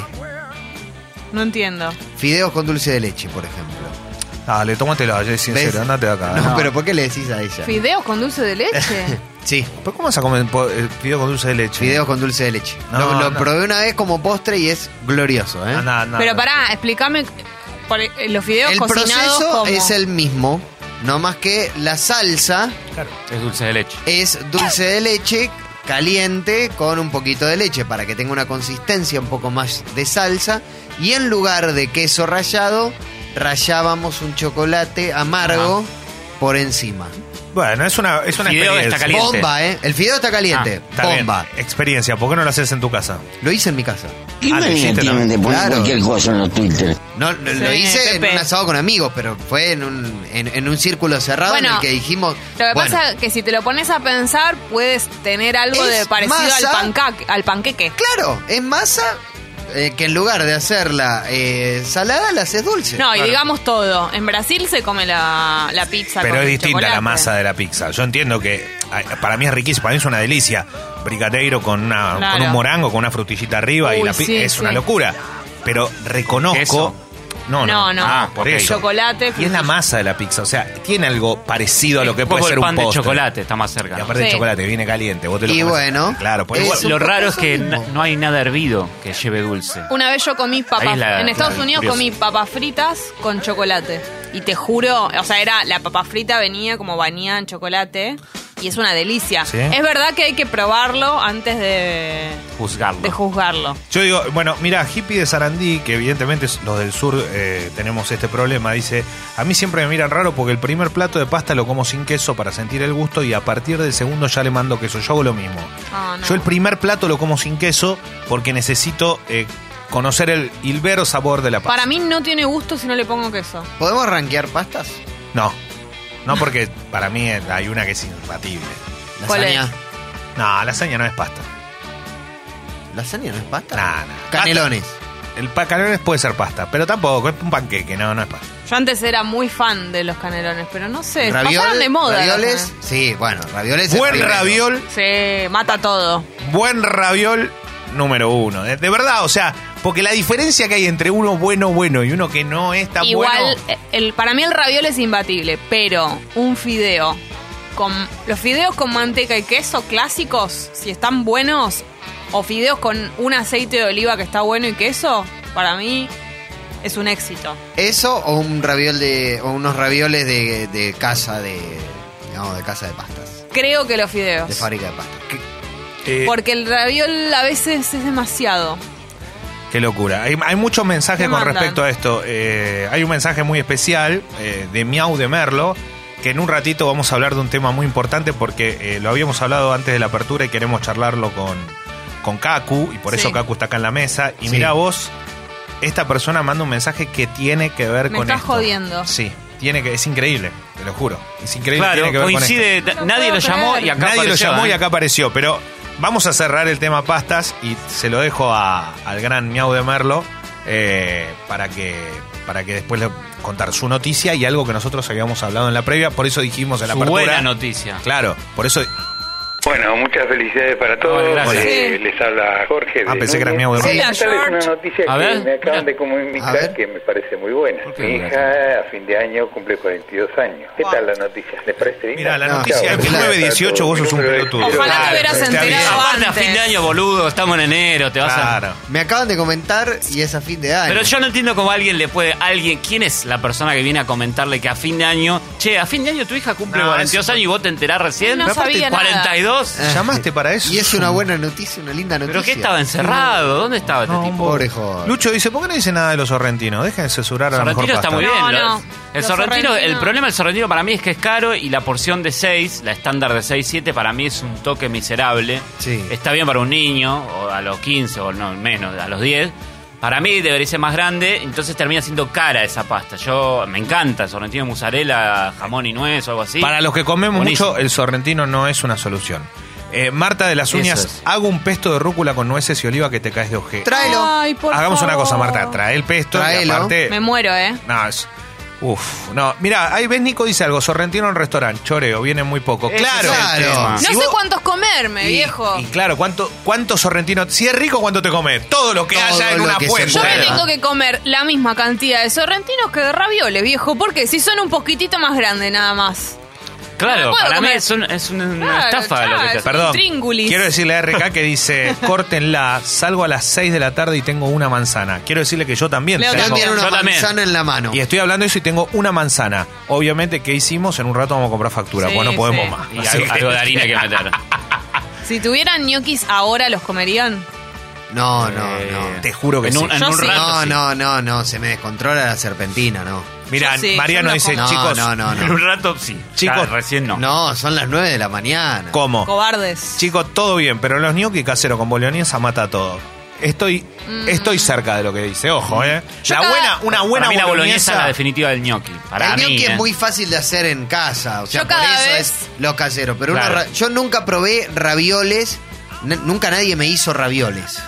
Speaker 1: No entiendo.
Speaker 4: Fideos con dulce de leche, por ejemplo.
Speaker 7: Dale, tómatelo, yo es sincero,
Speaker 4: ¿Ves?
Speaker 7: andate de acá.
Speaker 4: No,
Speaker 7: No.
Speaker 4: pero ¿por qué le decís a ella?
Speaker 1: Fideos con dulce de leche.
Speaker 4: Sí,
Speaker 7: ¿Pero cómo vas a comer po- eh, fideo con dulce de leche?
Speaker 4: fideos con dulce de leche.
Speaker 7: No,
Speaker 4: lo lo
Speaker 7: no.
Speaker 4: probé una vez como postre y es glorioso, ¿eh?
Speaker 7: Andá, andá.
Speaker 1: Pero pará, explícame por- eh, los fideos
Speaker 4: El
Speaker 1: cocinados
Speaker 4: proceso
Speaker 1: como-
Speaker 4: es el mismo, no más que la salsa
Speaker 3: Es dulce de leche.
Speaker 4: es dulce de leche caliente con un poquito de leche para que tenga una consistencia un poco más de salsa y en lugar de queso rallado rallábamos un chocolate amargo por encima.
Speaker 7: Bueno, es una, es una
Speaker 3: Fideo está
Speaker 7: experiencia.
Speaker 3: caliente.
Speaker 4: Bomba, ¿eh? El fideo está caliente.
Speaker 7: Ah, Está bien,
Speaker 4: Bomba.
Speaker 7: Experiencia, ¿por qué no lo haces en tu casa?
Speaker 4: Lo hice en mi casa.
Speaker 8: ¿Qué
Speaker 7: Ah, lo
Speaker 8: manía
Speaker 7: hiciste
Speaker 8: tienen
Speaker 7: también.
Speaker 8: de poner
Speaker 4: Claro.
Speaker 8: cualquier cosa en los Twitter?
Speaker 4: No, no,
Speaker 1: Sí,
Speaker 4: lo hice
Speaker 1: Pepe.
Speaker 4: en un asado con amigos, pero fue en un, en, en un círculo cerrado en
Speaker 1: Bueno,
Speaker 4: el que dijimos...
Speaker 1: Lo que
Speaker 4: bueno,
Speaker 1: pasa que si te lo pones a pensar, puedes tener algo
Speaker 4: Es
Speaker 1: de parecido
Speaker 4: masa-
Speaker 1: al, pancaque, al panqueque.
Speaker 4: Claro, es masa eh, que en lugar de hacerla eh, salada, la haces dulce.
Speaker 1: No, y digamos todo. En Brasil se come la, la pizza
Speaker 7: Pero
Speaker 1: con
Speaker 7: es distinta
Speaker 1: chocolate.
Speaker 7: la masa de la pizza. Yo entiendo que ay, para mí es riquísimo, para mí es una delicia. Brigadeiro con, una,
Speaker 1: Claro.
Speaker 7: con un morango, con una frutillita arriba y
Speaker 1: Uy,
Speaker 7: la pi-
Speaker 1: sí,
Speaker 7: es una
Speaker 1: sí.
Speaker 7: locura. Pero reconozco.
Speaker 3: ¿Queso?
Speaker 7: No,
Speaker 1: No,
Speaker 7: no.
Speaker 1: no.
Speaker 7: Ah, por
Speaker 3: Ok.
Speaker 7: eso.
Speaker 1: Chocolate,
Speaker 7: Y es la masa de la pizza, o sea, tiene algo parecido a lo que
Speaker 3: Un
Speaker 7: puede
Speaker 3: poco
Speaker 7: ser
Speaker 3: el
Speaker 7: un
Speaker 3: pan de
Speaker 7: postre.
Speaker 3: chocolate, está más cerca.
Speaker 7: Y
Speaker 3: ¿no?
Speaker 7: aparte el
Speaker 1: Sí.
Speaker 7: chocolate viene caliente, vos te lo
Speaker 4: Y
Speaker 7: comes-
Speaker 4: bueno,
Speaker 7: Claro, por
Speaker 4: es
Speaker 7: eso.
Speaker 4: un
Speaker 3: Lo
Speaker 4: poco
Speaker 3: raro es
Speaker 4: eso
Speaker 3: que
Speaker 4: mismo.
Speaker 3: na- no hay nada hervido que lleve dulce.
Speaker 1: Una vez yo comí
Speaker 3: Ahí
Speaker 1: papas.
Speaker 3: es la-
Speaker 1: en Estados
Speaker 3: la-
Speaker 1: Unidos
Speaker 3: curioso.
Speaker 1: comí papas fritas con chocolate. Y te juro, o sea, era la papa frita venía como bañada en chocolate. Y es una delicia.
Speaker 7: ¿Sí?
Speaker 1: Es verdad que hay que probarlo antes de,
Speaker 3: Juzgarlo.
Speaker 1: de juzgarlo.
Speaker 7: Yo digo, bueno, mira, hippie de Sarandí, que evidentemente es- los del sur eh, tenemos este problema, dice, a mí siempre me miran raro porque el primer plato de pasta lo como sin queso para sentir el gusto y a partir del segundo ya le mando queso. Yo hago lo mismo.
Speaker 1: Ah, no.
Speaker 7: Yo el primer plato lo como sin queso porque necesito eh, conocer el hilvero sabor de la pasta.
Speaker 1: Para mí no tiene gusto si no le pongo queso.
Speaker 4: ¿Podemos rankear pastas?
Speaker 7: No, no porque para mí hay una que es imbatible.
Speaker 1: ¿Cuál es?
Speaker 4: Lasaña.
Speaker 7: No, lasaña no es pasta.
Speaker 4: ¿Lasaña no es pasta?
Speaker 7: Nah, nah.
Speaker 4: Canelones.
Speaker 7: El pa- canelones puede ser pasta, pero tampoco, es un panqueque, no, no es pasta.
Speaker 1: Yo antes era muy fan de los canelones, pero no sé,
Speaker 4: Raviol-
Speaker 1: pasaron de moda.
Speaker 4: Ravioles. Sí, bueno, ravioles. es
Speaker 7: Buen
Speaker 4: raviolero.
Speaker 7: raviol
Speaker 1: Se mata todo.
Speaker 7: buen raviol número uno. De, de verdad, o sea, porque la diferencia que hay entre uno bueno, bueno y uno que no es tan
Speaker 1: Igual,
Speaker 7: bueno.
Speaker 1: eh, el, para mí el raviol es imbatible, pero un fideo. Con, los fideos con manteca y queso clásicos, si están buenos, o fideos con un aceite de oliva que está bueno y queso, para mí es un éxito.
Speaker 4: Eso o un raviol de, o unos ravioles de, de casa de, no, de casa de pastas,
Speaker 1: Creo que los
Speaker 4: de
Speaker 1: fideos.
Speaker 4: fábrica de pastas. Que-
Speaker 7: Eh,
Speaker 1: Porque el raviol a veces es demasiado.
Speaker 7: Qué locura. Hay, hay muchos mensajes
Speaker 1: ¿Qué
Speaker 7: con
Speaker 1: mandan?
Speaker 7: respecto a esto. Eh, hay un mensaje muy especial eh, de Miau de Merlo, que en un ratito vamos a hablar de un tema muy importante porque eh, lo habíamos hablado antes de la apertura y queremos charlarlo con, con Kaku, y por
Speaker 1: Sí.
Speaker 7: eso Kaku está acá en la mesa. Y
Speaker 4: Sí.
Speaker 7: mira vos, esta persona manda un mensaje que tiene que ver
Speaker 1: Me
Speaker 7: con
Speaker 1: estás
Speaker 7: esto.
Speaker 1: jodiendo.
Speaker 7: Sí, tiene que, es increíble, te lo juro. Es increíble.
Speaker 3: Claro,
Speaker 7: tiene que ver con esto.
Speaker 3: coincide.
Speaker 1: No
Speaker 3: nadie
Speaker 1: puedo
Speaker 3: lo llamó
Speaker 1: creer.
Speaker 3: y acá
Speaker 7: Nadie
Speaker 3: apareció,
Speaker 7: lo llamó
Speaker 3: ¿eh?
Speaker 7: y acá apareció, pero vamos a cerrar el tema pastas y se lo dejo a- al gran Miau de Merlo eh, para que para que después le contar su noticia y algo que nosotros habíamos hablado en la previa, por eso dijimos en la
Speaker 3: Su
Speaker 7: apertura.
Speaker 3: buena noticia.
Speaker 7: Claro, por eso.
Speaker 8: Bueno, muchas felicidades para todos.
Speaker 3: Bueno, gracias.
Speaker 8: Eh, les habla Jorge. de
Speaker 7: Ah, pensé que era
Speaker 8: Núñez.
Speaker 7: Miau de
Speaker 4: Sí.
Speaker 7: Merlo.
Speaker 1: Hola,
Speaker 8: Esta es
Speaker 1: George.
Speaker 8: una noticia
Speaker 3: A
Speaker 8: que
Speaker 3: ver,
Speaker 8: me
Speaker 3: mira.
Speaker 8: acaban de
Speaker 4: A ver.
Speaker 8: comunicar que me parece muy buena.
Speaker 3: ¿Por qué
Speaker 8: Mi
Speaker 3: no la
Speaker 8: hija a fin de año cumple 42 años. ¿Qué tal la noticia? ¿Les parece bien?
Speaker 7: Mira, la
Speaker 4: No,
Speaker 7: noticia es que
Speaker 4: claro.
Speaker 7: 918 vos sos un pelotudo.
Speaker 1: Ojalá te hubieras
Speaker 7: está bien.
Speaker 1: enterado.
Speaker 3: Aparte, a
Speaker 1: antes.
Speaker 3: fin de año, boludo, estamos en enero, te vas a.
Speaker 7: Claro.
Speaker 4: Me acaban de comentar y es a fin de año.
Speaker 3: Pero yo no entiendo cómo alguien le puede. alguien ¿Quién es la persona que viene a comentarle que a fin de año. Che, a fin de año tu hija cumple
Speaker 7: No,
Speaker 3: 42
Speaker 7: es-
Speaker 3: años y vos te enterás recién?
Speaker 1: No
Speaker 3: Pero aparte,
Speaker 1: sabía nada.
Speaker 3: 42.
Speaker 7: Eh,
Speaker 4: Ah.
Speaker 7: ¿Llamaste para eso?
Speaker 4: Y es una buena noticia, una linda noticia.
Speaker 3: ¿Pero qué estaba encerrado? ¿Dónde estaba este
Speaker 7: No,
Speaker 3: tipo?
Speaker 4: Pobre joven.
Speaker 7: Lucho dice, ¿por qué no dice nada de los sorrentinos? Dejen de censurar a la mejor
Speaker 3: Sorrentino está
Speaker 7: pasta.
Speaker 3: muy bien.
Speaker 1: No,
Speaker 3: lo-
Speaker 1: no.
Speaker 3: El
Speaker 1: Los
Speaker 3: sorrentino, el
Speaker 1: sorrentinos-
Speaker 3: problema del sorrentino para mí es que es caro y la porción de 6, la estándar de 6, 7, para mí es un toque miserable.
Speaker 4: Sí.
Speaker 3: Está bien para un niño, o a los 15, o no, menos, a los 10. Para mí debería ser más grande, entonces termina siendo cara esa pasta. Yo me encanta, el sorrentino de mozzarella, jamón y nuez o algo así.
Speaker 7: Para los que comemos
Speaker 3: Buenísimo.
Speaker 7: mucho, eh, el sorrentino no es una solución. Eh, Marta de las
Speaker 3: Eso
Speaker 7: Uñas,
Speaker 3: es.
Speaker 7: hago un pesto de rúcula con nueces y oliva que te caes de oje.
Speaker 4: Tráelo.
Speaker 1: Ay, por
Speaker 7: Hagamos una
Speaker 1: favor.
Speaker 7: cosa, Marta, trae Ah. el pesto y
Speaker 4: Tráelo.
Speaker 7: aparte...
Speaker 1: Me muero, ¿eh?
Speaker 7: No, es- Uf, no. Mira, ahí ves Nico dice algo, sorrentino en restaurante, choreo, viene muy poco.
Speaker 3: Ese
Speaker 7: Claro.
Speaker 3: es el
Speaker 4: Claro.
Speaker 3: tema.
Speaker 1: No
Speaker 7: Si
Speaker 1: sé
Speaker 7: vos-
Speaker 1: cuántos comerme,
Speaker 7: Y-
Speaker 1: viejo.
Speaker 7: Y, claro, ¿cuánto, ¿cuánto sorrentino? Si es rico, ¿cuánto te comes? Todo lo que
Speaker 4: Todo
Speaker 7: haya en
Speaker 4: lo
Speaker 7: una
Speaker 4: que se
Speaker 7: fuente.
Speaker 1: Yo me
Speaker 4: Claro.
Speaker 1: tengo que comer la misma cantidad de sorrentinos que de ravioles, viejo. Porque si son un poquitito más grandes, nada más. No
Speaker 3: Claro,
Speaker 1: puedo
Speaker 3: para mí
Speaker 1: comer.
Speaker 3: es, un- es una
Speaker 1: Claro,
Speaker 3: estafa lo que te
Speaker 1: chao,
Speaker 3: hacen.
Speaker 7: Perdón.
Speaker 1: Tríngulis.
Speaker 7: Quiero decirle a RK que dice, córtenla, salgo a las 6 de la tarde y tengo una manzana. Quiero decirle que yo también
Speaker 1: Leo
Speaker 7: tengo.
Speaker 4: León tiene una
Speaker 3: Yo también.
Speaker 4: manzana en la mano.
Speaker 7: Y estoy hablando de eso y tengo una manzana. Obviamente, ¿qué hicimos? En un rato vamos a comprar factura,
Speaker 1: Sí,
Speaker 7: pues no podemos
Speaker 1: sí.
Speaker 7: más.
Speaker 3: Y
Speaker 7: Así
Speaker 3: algo,
Speaker 7: que-
Speaker 3: algo de harina que meter.
Speaker 1: Si tuvieran ñoquis ahora, ¿los comerían?
Speaker 4: No, no,
Speaker 3: Eh,
Speaker 4: no.
Speaker 7: Te juro que
Speaker 3: en un,
Speaker 7: sí.
Speaker 3: en
Speaker 1: Yo
Speaker 3: un
Speaker 1: sí.
Speaker 3: rato
Speaker 4: No,
Speaker 3: sí.
Speaker 4: no, no, no. Se me descontrola la serpentina, no.
Speaker 7: Mira,
Speaker 1: Yo sí,
Speaker 7: Mariano
Speaker 1: yo no
Speaker 7: dice,
Speaker 1: como.
Speaker 4: No,
Speaker 7: chicos,
Speaker 4: no, no,
Speaker 3: En
Speaker 4: no.
Speaker 3: un rato sí.
Speaker 7: Chicos,
Speaker 3: Ya, recién Eh, no.
Speaker 4: No, son las 9 de la mañana.
Speaker 7: ¿cómo?
Speaker 1: Cobardes.
Speaker 7: Chicos, todo bien, pero los gnocchi casero con boloñesa mata todo. Estoy, estoy cerca de lo que dice, ojo, ¿eh?
Speaker 1: Mm. Yo
Speaker 7: la
Speaker 1: cada-
Speaker 7: buena, una buena
Speaker 3: Para mí la boloñesa
Speaker 7: boloñesa.
Speaker 3: es la definitiva del gnocchi. Para
Speaker 4: el
Speaker 3: mí,
Speaker 4: gnocchi
Speaker 3: ¿eh?
Speaker 4: es muy fácil de hacer en casa, o sea,
Speaker 1: Yo
Speaker 4: por
Speaker 1: cada
Speaker 4: eso
Speaker 1: vez-
Speaker 4: es lo casero. Pero una
Speaker 3: Claro.
Speaker 4: ra- yo nunca probé ravioles, n- nunca nadie me hizo ravioles.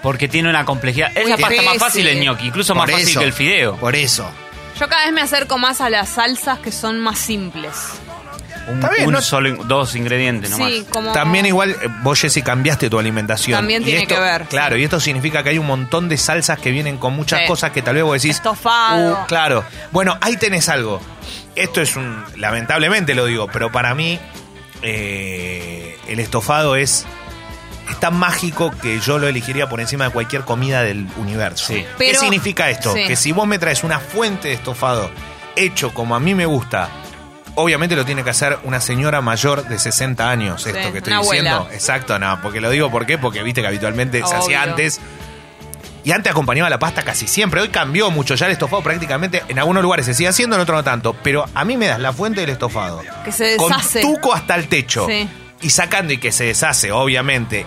Speaker 3: Porque tiene una complejidad. Es
Speaker 1: Muy
Speaker 3: la pasta más
Speaker 1: difícil.
Speaker 3: fácil el gnocchi, incluso más
Speaker 4: Por
Speaker 3: fácil
Speaker 4: eso,
Speaker 3: que el fideo.
Speaker 4: Por eso.
Speaker 1: Yo cada vez me acerco más a las salsas que son más simples.
Speaker 3: Un,
Speaker 7: Está bien,
Speaker 3: un
Speaker 7: ¿no?
Speaker 3: solo, in- dos ingredientes nomás.
Speaker 1: Sí, como...
Speaker 7: También igual, eh, vos Jessy cambiaste tu alimentación.
Speaker 1: También
Speaker 7: Y
Speaker 1: tiene
Speaker 7: esto-
Speaker 1: que ver,
Speaker 7: Claro, y esto significa que hay un montón de salsas que vienen con muchas
Speaker 1: Sí.
Speaker 7: cosas que tal vez vos decís...
Speaker 1: Estofado.
Speaker 7: "Uh, claro. Bueno, ahí tenés algo. Esto es un... Lamentablemente lo digo, pero para mí eh, el estofado es... Es tan mágico que yo lo elegiría por encima de cualquier comida del universo.
Speaker 3: Sí.
Speaker 7: ¿Qué
Speaker 1: Pero-
Speaker 7: significa esto?
Speaker 1: sí.
Speaker 7: Que si vos me traes una fuente de estofado hecho como a mí me gusta, obviamente lo tiene que hacer una señora mayor de 60 años, esto
Speaker 1: Sí,
Speaker 7: que estoy
Speaker 1: una
Speaker 7: diciendo.
Speaker 1: abuela.
Speaker 7: Exacto, no, porque lo digo porque porque viste que habitualmente se hacía
Speaker 1: Obvio.
Speaker 7: antes. Y antes acompañaba la pasta casi siempre. Hoy cambió mucho. Ya el estofado prácticamente en algunos lugares se sigue haciendo, en otros no tanto. Pero a mí me das la fuente del estofado.
Speaker 1: Que se deshace.
Speaker 7: Con tuco hasta el techo.
Speaker 1: Sí.
Speaker 7: Y sacando y que se deshace, obviamente.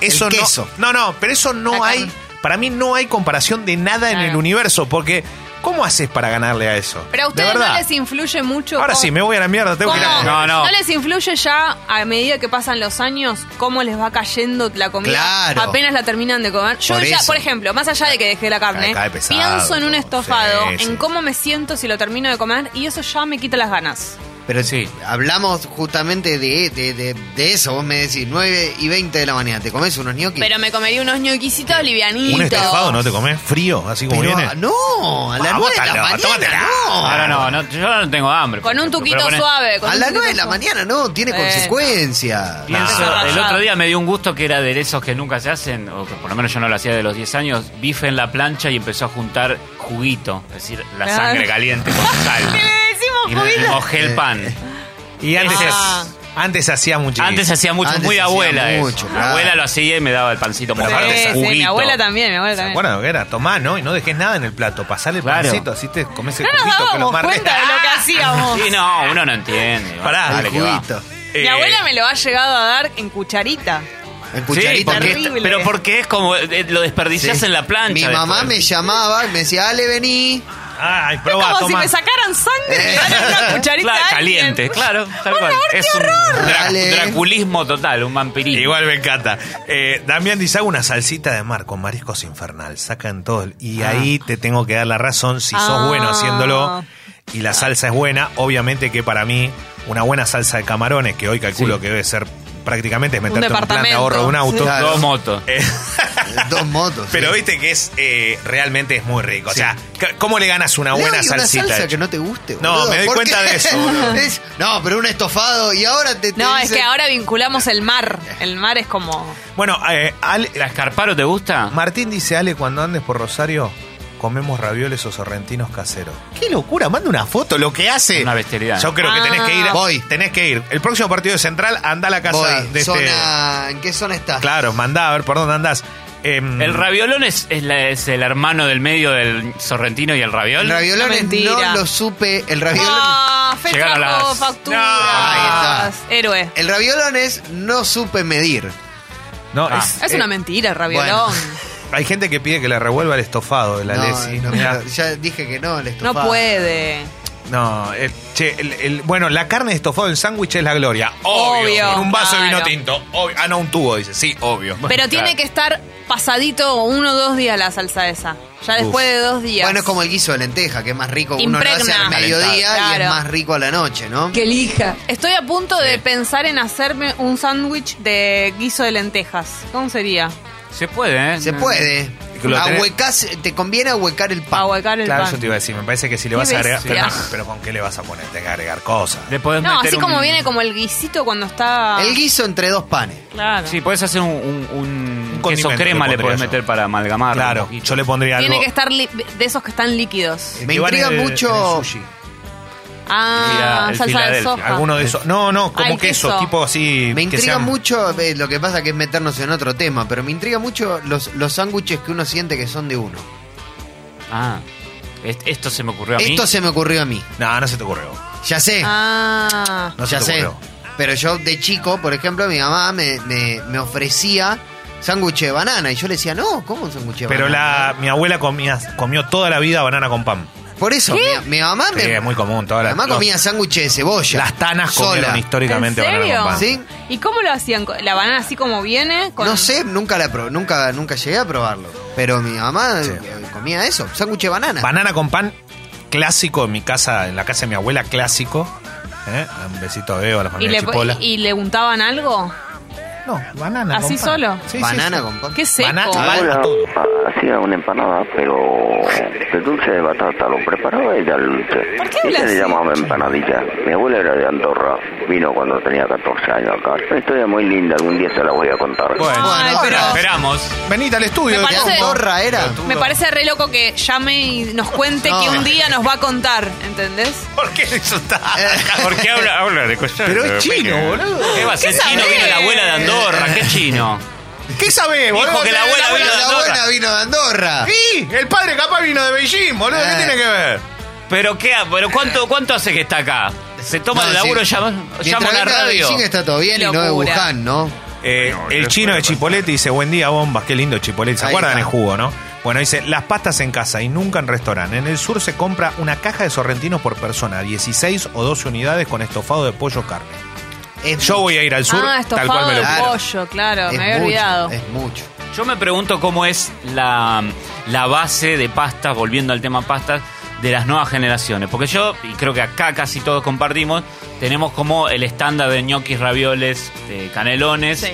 Speaker 7: Eso no.
Speaker 4: queso.
Speaker 7: No, no, pero eso no
Speaker 1: La
Speaker 7: hay.
Speaker 1: carne.
Speaker 7: Para mí no hay comparación de nada en
Speaker 1: Claro.
Speaker 7: el universo. Porque, ¿cómo haces para ganarle a eso?
Speaker 1: Pero a
Speaker 7: De
Speaker 1: ustedes no
Speaker 7: verdad.
Speaker 1: les influye mucho...
Speaker 7: Ahora
Speaker 1: cómo-
Speaker 7: sí, me voy a la mierda. Tengo que ir a-
Speaker 1: cómo-
Speaker 3: No, no.
Speaker 1: les influye ya, a medida que pasan los años, cómo les va cayendo la comida?
Speaker 4: Claro.
Speaker 1: Apenas la terminan de comer. Yo
Speaker 4: Por
Speaker 1: ya,
Speaker 4: eso.
Speaker 1: por ejemplo, más allá de que dejé la carne,
Speaker 7: Cae- cae pesado,
Speaker 1: pienso en un
Speaker 7: todo.
Speaker 1: estofado,
Speaker 7: Sí, sí.
Speaker 1: en cómo me siento si lo termino de comer, y eso ya me quita las ganas.
Speaker 4: Pero
Speaker 3: Sí.
Speaker 4: hablamos justamente de, de- de- de eso. Vos me decís, 9 y 20 de la mañana, ¿te comes unos ñoquis?
Speaker 9: Pero me comería unos ñoquisitos livianitos.
Speaker 7: Un estofado no te comes frío, así como
Speaker 4: Pero,
Speaker 7: viene.
Speaker 4: ah, no, a las
Speaker 7: Ah,
Speaker 4: 9 de la
Speaker 7: bótala,
Speaker 4: mañana,
Speaker 7: tómatela.
Speaker 4: no.
Speaker 3: Ahora no, no, yo no tengo hambre. por
Speaker 1: Con un
Speaker 3: ejemplo,
Speaker 1: tuquito
Speaker 3: pero con el-
Speaker 1: suave. con
Speaker 4: A
Speaker 1: un
Speaker 4: las
Speaker 1: tuquito
Speaker 4: 9 de la
Speaker 1: suave.
Speaker 4: mañana no, tiene
Speaker 1: Eh.
Speaker 4: consecuencias.
Speaker 3: Pienso,
Speaker 1: Nah.
Speaker 3: el otro día me dio un gusto que era de esos que nunca se hacen, o que por lo menos yo no lo hacía de los 10 años, bife en la plancha y empezó a juntar juguito, es decir, la
Speaker 1: Ah.
Speaker 3: sangre caliente con
Speaker 1: Le
Speaker 3: sal.
Speaker 1: decimos
Speaker 3: y me
Speaker 1: juguito.
Speaker 3: mojé el pan.
Speaker 7: Y antes,
Speaker 1: Ah.
Speaker 7: antes hacía mucho.
Speaker 3: Antes hacía mucho,
Speaker 4: Antes
Speaker 3: muy
Speaker 4: hacía
Speaker 3: abuela eso.
Speaker 4: mucho,
Speaker 3: Mi
Speaker 4: claro.
Speaker 3: abuela lo hacía y me daba el pancito
Speaker 7: Pero
Speaker 3: mojado
Speaker 7: aparte
Speaker 3: con
Speaker 1: Sí,
Speaker 7: ese
Speaker 1: sí, mi
Speaker 3: juguito.
Speaker 1: abuela también, mi abuela
Speaker 7: ¿Se
Speaker 1: también.
Speaker 7: acuerdan lo que era? Tomá, ¿no? Y no dejes nada en el plato. Pasale el
Speaker 3: Claro.
Speaker 7: pancito, así te comes el
Speaker 1: No nos
Speaker 7: poquito que lo
Speaker 1: dábamos
Speaker 7: marques.
Speaker 1: cuenta de lo que hacíamos.
Speaker 3: Sí, no, uno no entiende.
Speaker 7: Pará,
Speaker 3: Dale
Speaker 4: el
Speaker 3: que va.
Speaker 4: juguito.
Speaker 1: Mi
Speaker 7: Eh,
Speaker 1: abuela me lo ha llegado a dar en cucharita.
Speaker 4: En
Speaker 3: Sí,
Speaker 4: cucharita
Speaker 3: porque-
Speaker 4: rica.
Speaker 1: horrible.
Speaker 3: pero porque es como eh, lo desperdicias
Speaker 4: Sí.
Speaker 3: en la plancha.
Speaker 4: Mi mamá me
Speaker 3: después.
Speaker 4: llamaba y me decía, Ale, vení.
Speaker 7: Ay,
Speaker 1: Es
Speaker 7: probá,
Speaker 1: como si
Speaker 7: toma.
Speaker 1: me sacaran sangre y me dan una cucharita.
Speaker 3: Eh. Claro,
Speaker 1: a alguien.
Speaker 3: caliente, claro, tal
Speaker 1: Por
Speaker 3: cual.
Speaker 1: favor,
Speaker 3: Es
Speaker 1: qué
Speaker 3: un
Speaker 1: horror.
Speaker 3: dra-
Speaker 4: Dale.
Speaker 3: draculismo total, un vampirismo.
Speaker 7: Igual me encanta. Eh, Damián dice, hago una salsita de mar con mariscos infernal. Sacan todo. el- Y
Speaker 3: Ah.
Speaker 7: ahí te tengo que dar la razón si sos
Speaker 1: Ah.
Speaker 7: bueno haciéndolo y la salsa es buena. Obviamente que para mí una buena salsa de camarones, que hoy calculo
Speaker 3: Sí.
Speaker 7: que debe ser prácticamente es meterte un plan de
Speaker 1: departamento.
Speaker 7: ahorro de un auto.
Speaker 4: Sí.
Speaker 3: Dos motos.
Speaker 7: Eh,
Speaker 4: Dos motos.
Speaker 7: Pero
Speaker 4: sí.
Speaker 7: viste que es eh, realmente es muy rico. O
Speaker 4: Sí.
Speaker 7: sea, c- ¿cómo le ganas una
Speaker 4: Leo,
Speaker 7: buena
Speaker 4: hay
Speaker 7: salsita?
Speaker 4: Una salsa
Speaker 7: hecho?
Speaker 4: que no te guste.
Speaker 7: No,
Speaker 4: boludo,
Speaker 7: me doy
Speaker 4: porque
Speaker 7: cuenta de eso, boludo.
Speaker 4: es- no, pero un estofado y ahora te. te
Speaker 1: No, es
Speaker 4: dicen-
Speaker 1: que ahora vinculamos el mar. El mar es como.
Speaker 7: Bueno, eh, Ale-
Speaker 3: ¿La escarparo te gusta?
Speaker 7: Martín dice, Ale, cuando andes por Rosario, comemos ravioles o sorrentinos caseros. ¡Qué locura! Manda una foto, lo que hace.
Speaker 3: Una bestialidad.
Speaker 7: Yo creo que tenés que ir.
Speaker 4: Ah. Voy.
Speaker 7: Tenés que ir. El próximo partido de Central, anda a la casa
Speaker 4: Voy,
Speaker 7: de este.
Speaker 4: zona- ¿En qué zona estás?
Speaker 7: Claro, mandá, a ver, ¿por dónde andás? Em,
Speaker 3: ¿El raviolón es, es la- es el hermano del medio del sorrentino y el raviol?
Speaker 4: El raviolón
Speaker 1: Mentira.
Speaker 4: no lo supe. El raviolón.
Speaker 1: Ah, Fe
Speaker 3: Llegaron
Speaker 1: trajo
Speaker 3: las-
Speaker 1: facturas.
Speaker 4: No, ahí está.
Speaker 1: Héroe.
Speaker 4: El raviolón es no supe medir.
Speaker 7: No,
Speaker 3: Ah.
Speaker 7: es- eh,
Speaker 1: Es una mentira, raviolón.
Speaker 7: hay gente que pide que le revuelva el estofado de la
Speaker 4: no,
Speaker 7: Lesi.
Speaker 4: no,
Speaker 7: Mirá.
Speaker 4: ya dije que no, el
Speaker 1: No
Speaker 4: estofado.
Speaker 1: puede.
Speaker 7: No, eh, che, el- el- bueno, la carne de estofado en sándwich es la gloria. Obvio.
Speaker 1: Obvio,
Speaker 7: con un vaso de vino
Speaker 1: claro.
Speaker 7: tinto. obvio. Ah, no, un tubo, dice. Sí, obvio.
Speaker 1: Pero tiene
Speaker 3: claro.
Speaker 1: que estar pasadito uno o dos días la salsa esa. Ya después de dos días.
Speaker 4: Bueno, es como el guiso de lenteja, que es más rico. Uno lo hace
Speaker 1: Impregna.
Speaker 4: al mediodía y es
Speaker 1: Claro.
Speaker 4: más rico a la noche, ¿no?
Speaker 1: Estoy a punto de pensar en hacerme un sándwich de guiso de lentejas. ¿Cómo sería?
Speaker 3: Se puede, ¿eh?
Speaker 4: Se puede.
Speaker 7: Que lo tenés-
Speaker 4: Ahuecás, te conviene ahuecar el pan.
Speaker 1: Ahuecar el
Speaker 7: Claro,
Speaker 1: pan.
Speaker 7: eso te iba a decir. Me parece que si le
Speaker 1: Qué
Speaker 7: vas a agregar. Pero,
Speaker 1: bestia.
Speaker 7: pero ¿con qué le vas a poner? Tenés que agregar cosas.
Speaker 3: Le podés
Speaker 1: No,
Speaker 3: meter
Speaker 1: así
Speaker 3: un-
Speaker 1: como viene como el guisito cuando está...
Speaker 4: El guiso entre dos panes.
Speaker 1: Claro.
Speaker 3: Sí, podés hacer un, un- un
Speaker 7: Un
Speaker 3: queso
Speaker 7: condimento le
Speaker 3: crema, le
Speaker 7: pondría
Speaker 3: podés
Speaker 7: yo.
Speaker 3: meter para amalgamar.
Speaker 7: Claro, yo le pondría
Speaker 1: Tiene
Speaker 7: algo.
Speaker 1: que estar li- de esos que están
Speaker 3: Eh,
Speaker 1: líquidos.
Speaker 7: que
Speaker 4: Me
Speaker 7: van en
Speaker 4: intriga
Speaker 7: el-
Speaker 4: mucho-
Speaker 7: en el sushi.
Speaker 1: Ah,
Speaker 3: Mira, el
Speaker 1: salsa de
Speaker 3: Filadelfia.
Speaker 1: soja.
Speaker 7: Alguno de esos. No, no,
Speaker 1: Ah,
Speaker 7: como
Speaker 1: el
Speaker 7: queso,
Speaker 1: queso.
Speaker 7: tipo así.
Speaker 4: Me
Speaker 7: que
Speaker 4: intriga
Speaker 7: sean-
Speaker 4: mucho, eh, lo que pasa que es meternos en otro tema, pero me intriga mucho los, los sándwiches que uno siente que son de uno.
Speaker 3: Ah, est- esto se me ocurrió a mí.
Speaker 4: Esto se me ocurrió a mí.
Speaker 7: No, no se te ocurrió.
Speaker 4: Ya sé,
Speaker 1: Ah.
Speaker 7: No
Speaker 4: ya
Speaker 7: se te
Speaker 4: sé.
Speaker 7: ocurrió.
Speaker 4: Pero yo de chico, por ejemplo, mi mamá me, me- me ofrecía sándwich de banana y yo le decía, no, ¿cómo un sándwich de
Speaker 7: Pero
Speaker 4: banana?
Speaker 7: la, mi abuela comía, comió toda la vida banana con pan.
Speaker 4: Por eso, mi, mi mamá
Speaker 7: Sí,
Speaker 4: me...
Speaker 7: es muy común. Toda
Speaker 4: mi
Speaker 7: la,
Speaker 4: mamá
Speaker 7: los-
Speaker 4: comía sándwiches de cebolla.
Speaker 7: Las tanas
Speaker 4: sola.
Speaker 7: comieron históricamente
Speaker 1: ¿En
Speaker 7: banana
Speaker 1: serio?
Speaker 7: con pan.
Speaker 4: Sí.
Speaker 1: ¿Y cómo lo hacían? ¿La banana así como viene? Con-
Speaker 4: No sé, nunca la pro- nunca nunca llegué a probarlo. Pero mi mamá
Speaker 7: Sí.
Speaker 4: eh, comía eso, sándwich de banana.
Speaker 7: Banana con pan, clásico en mi casa, en la casa de mi abuela, clásico. ¿Eh? Un besito a Bebo, a la
Speaker 1: ¿Y
Speaker 7: familia
Speaker 1: le,
Speaker 7: Chipola.
Speaker 1: y le untaban algo?
Speaker 7: No, banana
Speaker 1: ¿Así
Speaker 7: con pan.
Speaker 1: solo?
Speaker 7: Sí, sí,
Speaker 4: banana
Speaker 7: sí.
Speaker 4: con pan.
Speaker 1: ¿Qué seco?
Speaker 7: Banana-
Speaker 10: Mi
Speaker 7: Banana-
Speaker 10: abuela hacía una empanada, pero de dulce de batata lo preparaba ella al dulce.
Speaker 1: ¿Por qué habla
Speaker 10: Ella
Speaker 1: así?
Speaker 10: le llamaba empanadilla. Mi abuela era de Andorra, vino cuando tenía 14 años acá. Una historia muy linda, algún día se la voy a contar.
Speaker 3: Bueno,
Speaker 1: Ay,
Speaker 3: bueno,
Speaker 1: pero-
Speaker 3: esperamos.
Speaker 7: Venite al estudio.
Speaker 1: Me
Speaker 4: ¿De
Speaker 1: parece-
Speaker 4: Andorra era?
Speaker 1: Me parece re loco que llame y nos cuente
Speaker 4: No.
Speaker 1: que un día nos va a contar, ¿entendés?
Speaker 7: ¿Por qué eso está?
Speaker 3: ¿Por qué habla, habla de cosas?
Speaker 7: Pero es chino, boludo.
Speaker 3: ¿Qué va a ser
Speaker 1: ¿Qué
Speaker 3: chino?
Speaker 1: sabés?
Speaker 3: Vino la abuela de Andorra, ¿qué chino?
Speaker 7: ¿Qué sabés,
Speaker 3: Dijo
Speaker 7: boludo?
Speaker 3: que la abuela vino de
Speaker 4: La
Speaker 3: Andorra.
Speaker 4: abuela vino de Andorra.
Speaker 7: Sí, el padre capaz vino de Beijing, boludo. ¿Qué
Speaker 4: Eh.
Speaker 7: tiene que ver?
Speaker 3: ¿Pero qué? ¿Pero cuánto, cuánto hace que está acá? ¿Se toma
Speaker 4: No,
Speaker 3: el
Speaker 4: sí.
Speaker 3: laburo? ¿Llama,
Speaker 4: Mientras
Speaker 3: llama a la
Speaker 4: venga de
Speaker 3: radio?
Speaker 4: Beijing está todo bien y no de
Speaker 1: Locura.
Speaker 4: Wuhan, ¿no?
Speaker 7: Eh, el chino de Chipolete dice, buen día, bombas, qué lindo Chipolete. ¿Se
Speaker 4: Ahí
Speaker 7: acuerdan
Speaker 4: está.
Speaker 7: el jugo, no? Bueno, dice, las pastas en casa y nunca en restaurante. En el sur se compra una caja de sorrentinos por persona, 16 o 12 unidades con estofado de pollo carne.
Speaker 4: Es
Speaker 7: Yo voy a ir al sur,
Speaker 1: ah,
Speaker 7: tal
Speaker 1: estofado
Speaker 7: cual me lo
Speaker 1: de
Speaker 4: Claro.
Speaker 1: pollo, claro,
Speaker 4: mucho,
Speaker 1: me
Speaker 4: es
Speaker 1: había
Speaker 4: mucho,
Speaker 1: olvidado.
Speaker 4: Es mucho.
Speaker 3: Yo me pregunto cómo es la, la base de pastas, volviendo al tema pastas, de las nuevas generaciones. Porque yo, y creo que acá casi todos compartimos, tenemos como el estándar de ñoquis, ravioles, de canelones,
Speaker 9: Sí.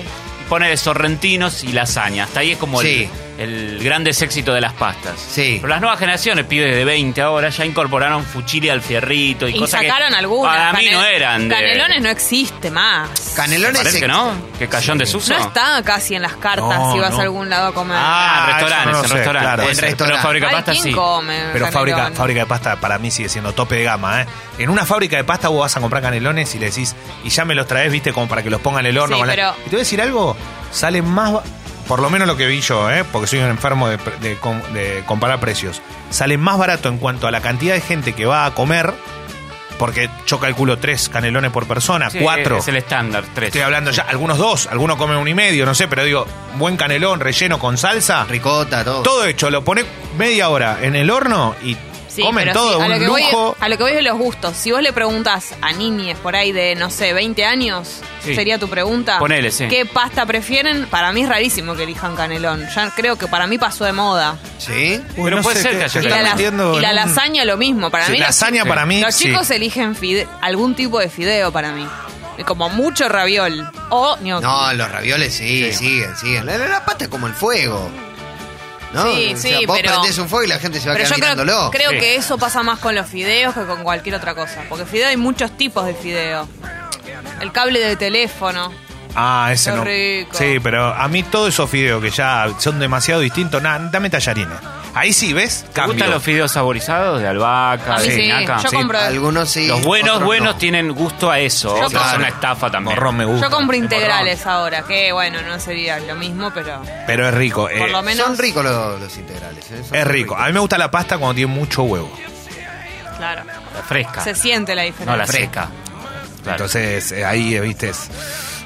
Speaker 3: poner sorrentinos y lasaña. Hasta ahí es como el-
Speaker 4: Sí.
Speaker 3: el, grandes éxito de las pastas.
Speaker 4: Sí.
Speaker 3: Pero las nuevas generaciones, pibes de 20 ahora, ya incorporaron fuchili al fierrito y,
Speaker 1: Y
Speaker 3: cosas que
Speaker 1: sacaron algunas.
Speaker 3: Para mí
Speaker 1: Canel-
Speaker 3: no eran de...
Speaker 1: Canelones no existe más.
Speaker 4: Canelones
Speaker 3: Parece que
Speaker 4: ex-
Speaker 3: no, que cayó en desuso.
Speaker 1: No está casi en las cartas
Speaker 7: No,
Speaker 1: si vas
Speaker 7: no.
Speaker 1: a algún lado a comer.
Speaker 3: Ah, en
Speaker 7: Ah, eso
Speaker 3: restaurantes,
Speaker 7: no lo
Speaker 3: en
Speaker 7: sé,
Speaker 3: restaurantes.
Speaker 7: claro.
Speaker 3: puede
Speaker 7: En
Speaker 3: ser, pero
Speaker 4: restaurantes.
Speaker 3: fábrica
Speaker 1: Ay,
Speaker 3: pasta
Speaker 1: ¿quién
Speaker 3: sí.
Speaker 1: come
Speaker 7: Pero
Speaker 1: canelón?
Speaker 7: fábrica, fábrica de pasta para mí sigue siendo tope de gama, ¿eh? En una fábrica de pasta vos vas a comprar canelones y le decís, y ya me los traes, viste, como para que los pongan en el horno.
Speaker 1: Sí,
Speaker 7: con la-
Speaker 1: pero-
Speaker 7: Y te voy a decir algo, sale más, ba- por lo menos lo que vi yo, ¿eh? Porque soy un enfermo de, pre- de com- de comparar precios. Sale más barato en cuanto a la cantidad de gente que va a comer, porque yo calculo tres canelones por persona,
Speaker 3: Sí,
Speaker 7: cuatro.
Speaker 3: Es el estándar, tres.
Speaker 7: Estoy hablando ya, algunos dos, algunos comen un y medio, no sé, pero digo, buen canelón relleno con salsa.
Speaker 4: Ricota, todo.
Speaker 7: Todo hecho, lo pone media hora en el horno y
Speaker 1: Sí,
Speaker 7: comen
Speaker 1: pero
Speaker 7: todo,
Speaker 1: sí, a lo
Speaker 7: un
Speaker 1: que
Speaker 7: lujo.
Speaker 1: Voy, a lo que voy es de los gustos. Si vos le preguntas a niñes por ahí de, no sé, 20 años,
Speaker 3: Sí.
Speaker 1: sería tu pregunta.
Speaker 3: Ponele, sí.
Speaker 1: ¿Qué pasta prefieren? Para mí es rarísimo que elijan canelón. Ya creo que para mí pasó de moda.
Speaker 4: ¿Sí?
Speaker 7: Uy,
Speaker 3: Pero
Speaker 7: no
Speaker 3: puede
Speaker 7: sé
Speaker 3: ser
Speaker 7: qué-
Speaker 3: que haya
Speaker 7: qué
Speaker 1: Y
Speaker 3: Pero
Speaker 1: la,
Speaker 3: no
Speaker 7: están
Speaker 1: la-
Speaker 7: metiendo
Speaker 1: y la
Speaker 7: en un-
Speaker 1: lasaña lo mismo. Para
Speaker 7: Sí,
Speaker 1: mí los
Speaker 7: lasaña
Speaker 1: chi-
Speaker 7: para mí,
Speaker 1: Los
Speaker 7: sí.
Speaker 1: chicos eligen fide- algún tipo de fideo para mí. Como mucho raviol o gnocchi.
Speaker 4: No, los ravioles sí,
Speaker 3: Sí.
Speaker 4: siguen, siguen. La, la- la pasta es como el fuego. ¿No?
Speaker 1: Sí,
Speaker 4: O
Speaker 1: sí,
Speaker 4: sea, vos
Speaker 1: pero-
Speaker 4: prendés un fuego y la gente se va a
Speaker 1: Pero
Speaker 4: quedar
Speaker 1: yo creo,
Speaker 4: mirándolo.
Speaker 1: creo
Speaker 3: Sí.
Speaker 1: que eso pasa más con los fideos que con cualquier otra cosa. Porque fideo hay muchos tipos de fideo. El cable de teléfono.
Speaker 7: Ah, ese
Speaker 1: Qué
Speaker 7: no.
Speaker 1: rico.
Speaker 7: Sí, pero a mí todos esos fideos que ya son demasiado distintos, nada, dame tallarines. Ahí sí, ¿ves?
Speaker 3: ¿Te
Speaker 7: Cambio.
Speaker 3: gustan los fideos saborizados de albahaca,
Speaker 1: A mí Ah,
Speaker 3: de
Speaker 1: sí,
Speaker 3: espinaca?
Speaker 1: yo compro.
Speaker 4: Algunos sí.
Speaker 3: Los buenos,
Speaker 4: otros no.
Speaker 3: buenos tienen gusto a eso.
Speaker 1: Yo
Speaker 3: Otros
Speaker 1: compro-
Speaker 3: son una estafa también.
Speaker 7: Morrón me gusta.
Speaker 1: Yo compro integrales ahora, que bueno, no sería lo mismo, pero
Speaker 7: Pero es rico. eh,
Speaker 1: por lo menos.
Speaker 4: Son ricos los, los integrales. ¿eh? Son
Speaker 7: es rico.
Speaker 3: Ah.
Speaker 7: A mí me gusta la pasta cuando tiene mucho huevo.
Speaker 1: Claro.
Speaker 3: La fresca.
Speaker 1: Se siente la diferencia.
Speaker 3: No, la
Speaker 4: Fresca.
Speaker 3: seca. Claro.
Speaker 7: Entonces, eh, ahí, eh, viste. es-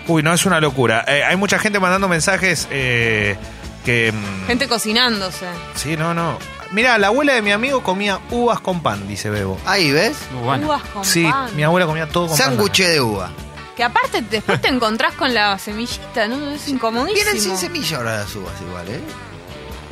Speaker 7: Uy, no, es una locura. Eh, hay mucha gente mandando mensajes eh, que. mm,
Speaker 1: Gente cocinándose.
Speaker 7: Sí, no, no. Mirá, la abuela de mi amigo comía uvas con pan, dice Bebo.
Speaker 4: Ahí, ¿ves?
Speaker 3: Muy bueno.
Speaker 1: Uvas Ah, con
Speaker 7: Sí,
Speaker 1: pan.
Speaker 7: mi abuela comía todo con pan.
Speaker 4: Sándwich de uva.
Speaker 1: Que aparte después te encontrás con la semillita, ¿no? Es incomodísimo.
Speaker 4: Vienen sin semilla ahora las uvas igual, ¿eh?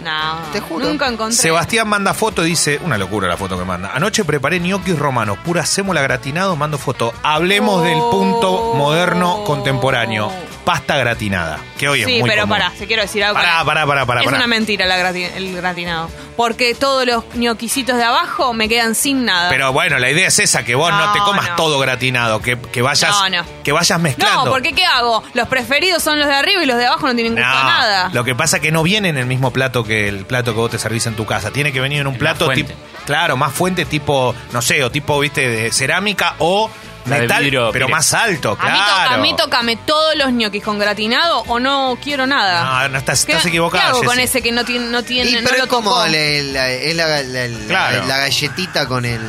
Speaker 1: No,
Speaker 4: Te juro.
Speaker 1: nunca encontré.
Speaker 7: Sebastián manda foto y dice, una locura la foto que manda. Anoche preparé ñoquis romanos, pura sémola gratinado, mando foto. Hablemos del
Speaker 1: Oh.
Speaker 7: punto moderno contemporáneo. Pasta gratinada, que hoy es
Speaker 1: Sí,
Speaker 7: muy
Speaker 1: pero
Speaker 7: común.
Speaker 1: pará, te quiero decir algo.
Speaker 7: Pará, pará, pará, pará,
Speaker 1: es
Speaker 7: pará.
Speaker 1: una mentira la grati- el gratinado. Porque todos los ñoquisitos de abajo me quedan sin nada.
Speaker 7: Pero bueno, la idea es esa, que vos no,
Speaker 1: No,
Speaker 7: te comas
Speaker 1: no.
Speaker 7: todo gratinado, que, que vayas,
Speaker 1: No, no.
Speaker 7: que vayas mezclando.
Speaker 1: No, porque ¿qué hago? Los preferidos son los de arriba y los de abajo no tienen gusto a
Speaker 7: No,
Speaker 1: nada.
Speaker 7: Lo que pasa es que no viene en el mismo plato que el plato que vos te servís en tu casa. Tiene que venir en un
Speaker 3: Más
Speaker 7: plato
Speaker 3: fuente.
Speaker 7: tipo. Claro, más fuente tipo, no sé, o tipo, viste, de cerámica o
Speaker 3: La de
Speaker 7: metal,
Speaker 3: vidrio,
Speaker 7: pero
Speaker 3: pire-
Speaker 7: más alto,
Speaker 1: A mí, to-
Speaker 7: claro.
Speaker 1: a mí tócame todos los ñoquis con gratinado o no quiero nada.
Speaker 7: No, no estás,
Speaker 1: ¿Qué-
Speaker 7: estás equivocada,
Speaker 1: ¿Qué hago con
Speaker 7: Jessy.
Speaker 1: ese que no tiene, no tiene,
Speaker 4: Y,
Speaker 1: no
Speaker 4: pero
Speaker 1: lo
Speaker 4: es como
Speaker 1: tocó?
Speaker 4: la, la- es la, la- la-
Speaker 7: Claro.
Speaker 4: la galletita con el...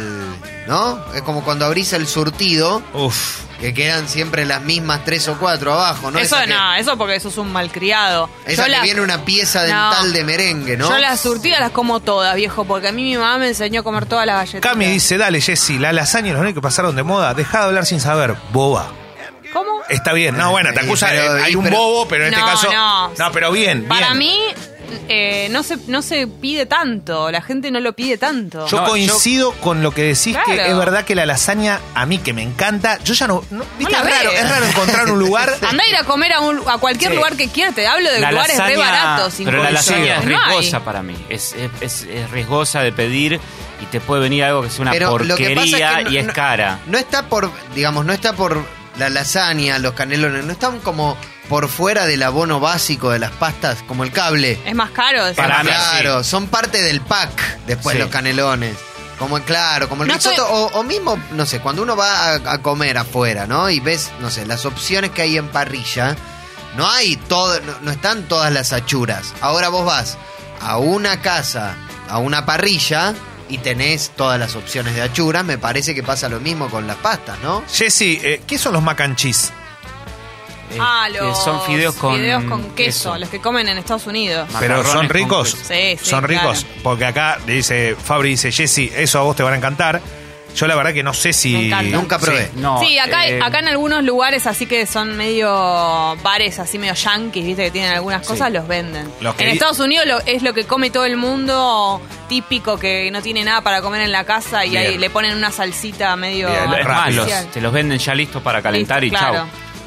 Speaker 4: ¿No? Es como cuando abrís el surtido,
Speaker 7: Uf.
Speaker 4: que quedan siempre las mismas tres o cuatro abajo, ¿no?
Speaker 1: Eso
Speaker 4: Esa que-
Speaker 1: no, eso porque sos un malcriado.
Speaker 4: Esa
Speaker 1: Yo
Speaker 4: que
Speaker 1: las-
Speaker 4: viene una pieza dental
Speaker 1: No.
Speaker 4: de merengue, ¿no?
Speaker 1: Yo las surtidas las como todas, viejo, porque a mí mi mamá me enseñó a comer todas las galletas.
Speaker 7: Cami dice, dale, Jessy, la lasaña y los que pasaron de moda, dejá de hablar sin saber, boba.
Speaker 1: ¿Cómo?
Speaker 7: Está bien, no, bueno, te
Speaker 4: Sí,
Speaker 7: acusa,
Speaker 4: pero-
Speaker 7: eh, hay un
Speaker 4: pero-
Speaker 7: bobo, pero en este
Speaker 1: No,
Speaker 7: caso...
Speaker 1: no.
Speaker 7: pero bien,
Speaker 1: Para
Speaker 7: bien.
Speaker 1: mí eh, no se no se pide tanto, la gente no lo pide tanto.
Speaker 7: Yo
Speaker 3: No,
Speaker 7: coincido con lo que decís que
Speaker 1: Claro.
Speaker 7: es verdad que la lasaña a mí que me encanta, yo ya no, no- viste,
Speaker 1: la
Speaker 7: es raro,
Speaker 1: ves.
Speaker 7: es raro encontrar un lugar
Speaker 1: Andá a ir a comer a, un- a cualquier
Speaker 7: Sí.
Speaker 1: lugar que quieras, te hablo de
Speaker 3: La
Speaker 1: lugares re
Speaker 3: lasaña-
Speaker 1: baratos. sin
Speaker 3: Pero la
Speaker 1: condición.
Speaker 3: lasaña es
Speaker 1: No hay.
Speaker 3: riesgosa para mí. Es, es, es- es riesgosa de pedir y te puede venir algo que sea una
Speaker 4: Pero lo que
Speaker 3: porquería
Speaker 4: pasa es que no-
Speaker 3: y es
Speaker 4: no-
Speaker 3: cara.
Speaker 4: No está por, digamos, no está por la lasaña, los canelones, no están como por fuera del abono básico de las pastas, como el cable.
Speaker 1: Es más caro. es-
Speaker 3: Para mí,
Speaker 4: claro, son parte del pack después
Speaker 3: Sí.
Speaker 4: los canelones. Como claro, como el
Speaker 1: No
Speaker 4: risotto,
Speaker 1: estoy-
Speaker 4: o, o mismo, no sé, cuando uno va a, a comer afuera, ¿no? Y ves, no sé, las opciones que hay en parrilla, no hay todo, no, no están todas las achuras. Ahora vos vas a una casa, a una parrilla, y tenés todas las opciones de achuras, me parece que pasa lo mismo con las pastas, ¿no?
Speaker 7: Jessy, eh, ¿qué son los mac and cheese?
Speaker 3: Eh,
Speaker 1: Ah,
Speaker 3: eh,
Speaker 1: los
Speaker 3: son fideos con,
Speaker 1: queso, los que comen en Estados Unidos.
Speaker 3: Ma-
Speaker 7: Pero
Speaker 3: Macarrones
Speaker 7: son
Speaker 3: con
Speaker 7: ricos.
Speaker 3: queso.
Speaker 1: Sí, sí,
Speaker 7: son ricos.
Speaker 1: claro.
Speaker 7: Porque acá dice, Fabri dice, Jessy, eso a vos te van a encantar. Yo la verdad que no sé
Speaker 1: Me
Speaker 7: si...
Speaker 1: encanta.
Speaker 4: Nunca probé.
Speaker 7: Sí.
Speaker 3: No,
Speaker 1: sí, acá,
Speaker 7: eh,
Speaker 1: acá en algunos lugares así que son medio bares, así medio yanquis, viste que tienen algunas cosas,
Speaker 7: Sí.
Speaker 1: los venden.
Speaker 7: Los que
Speaker 1: en
Speaker 7: vi-
Speaker 1: Estados Unidos lo- es lo que come todo el mundo, típico que no tiene nada para comer en la casa y
Speaker 7: Bien.
Speaker 1: ahí le ponen una salsita medio
Speaker 7: Bien,
Speaker 3: Es más,
Speaker 7: rápido.
Speaker 1: artificial.
Speaker 3: los- te los venden ya listos para calentar
Speaker 1: Listo,
Speaker 3: y
Speaker 1: claro.
Speaker 3: chau.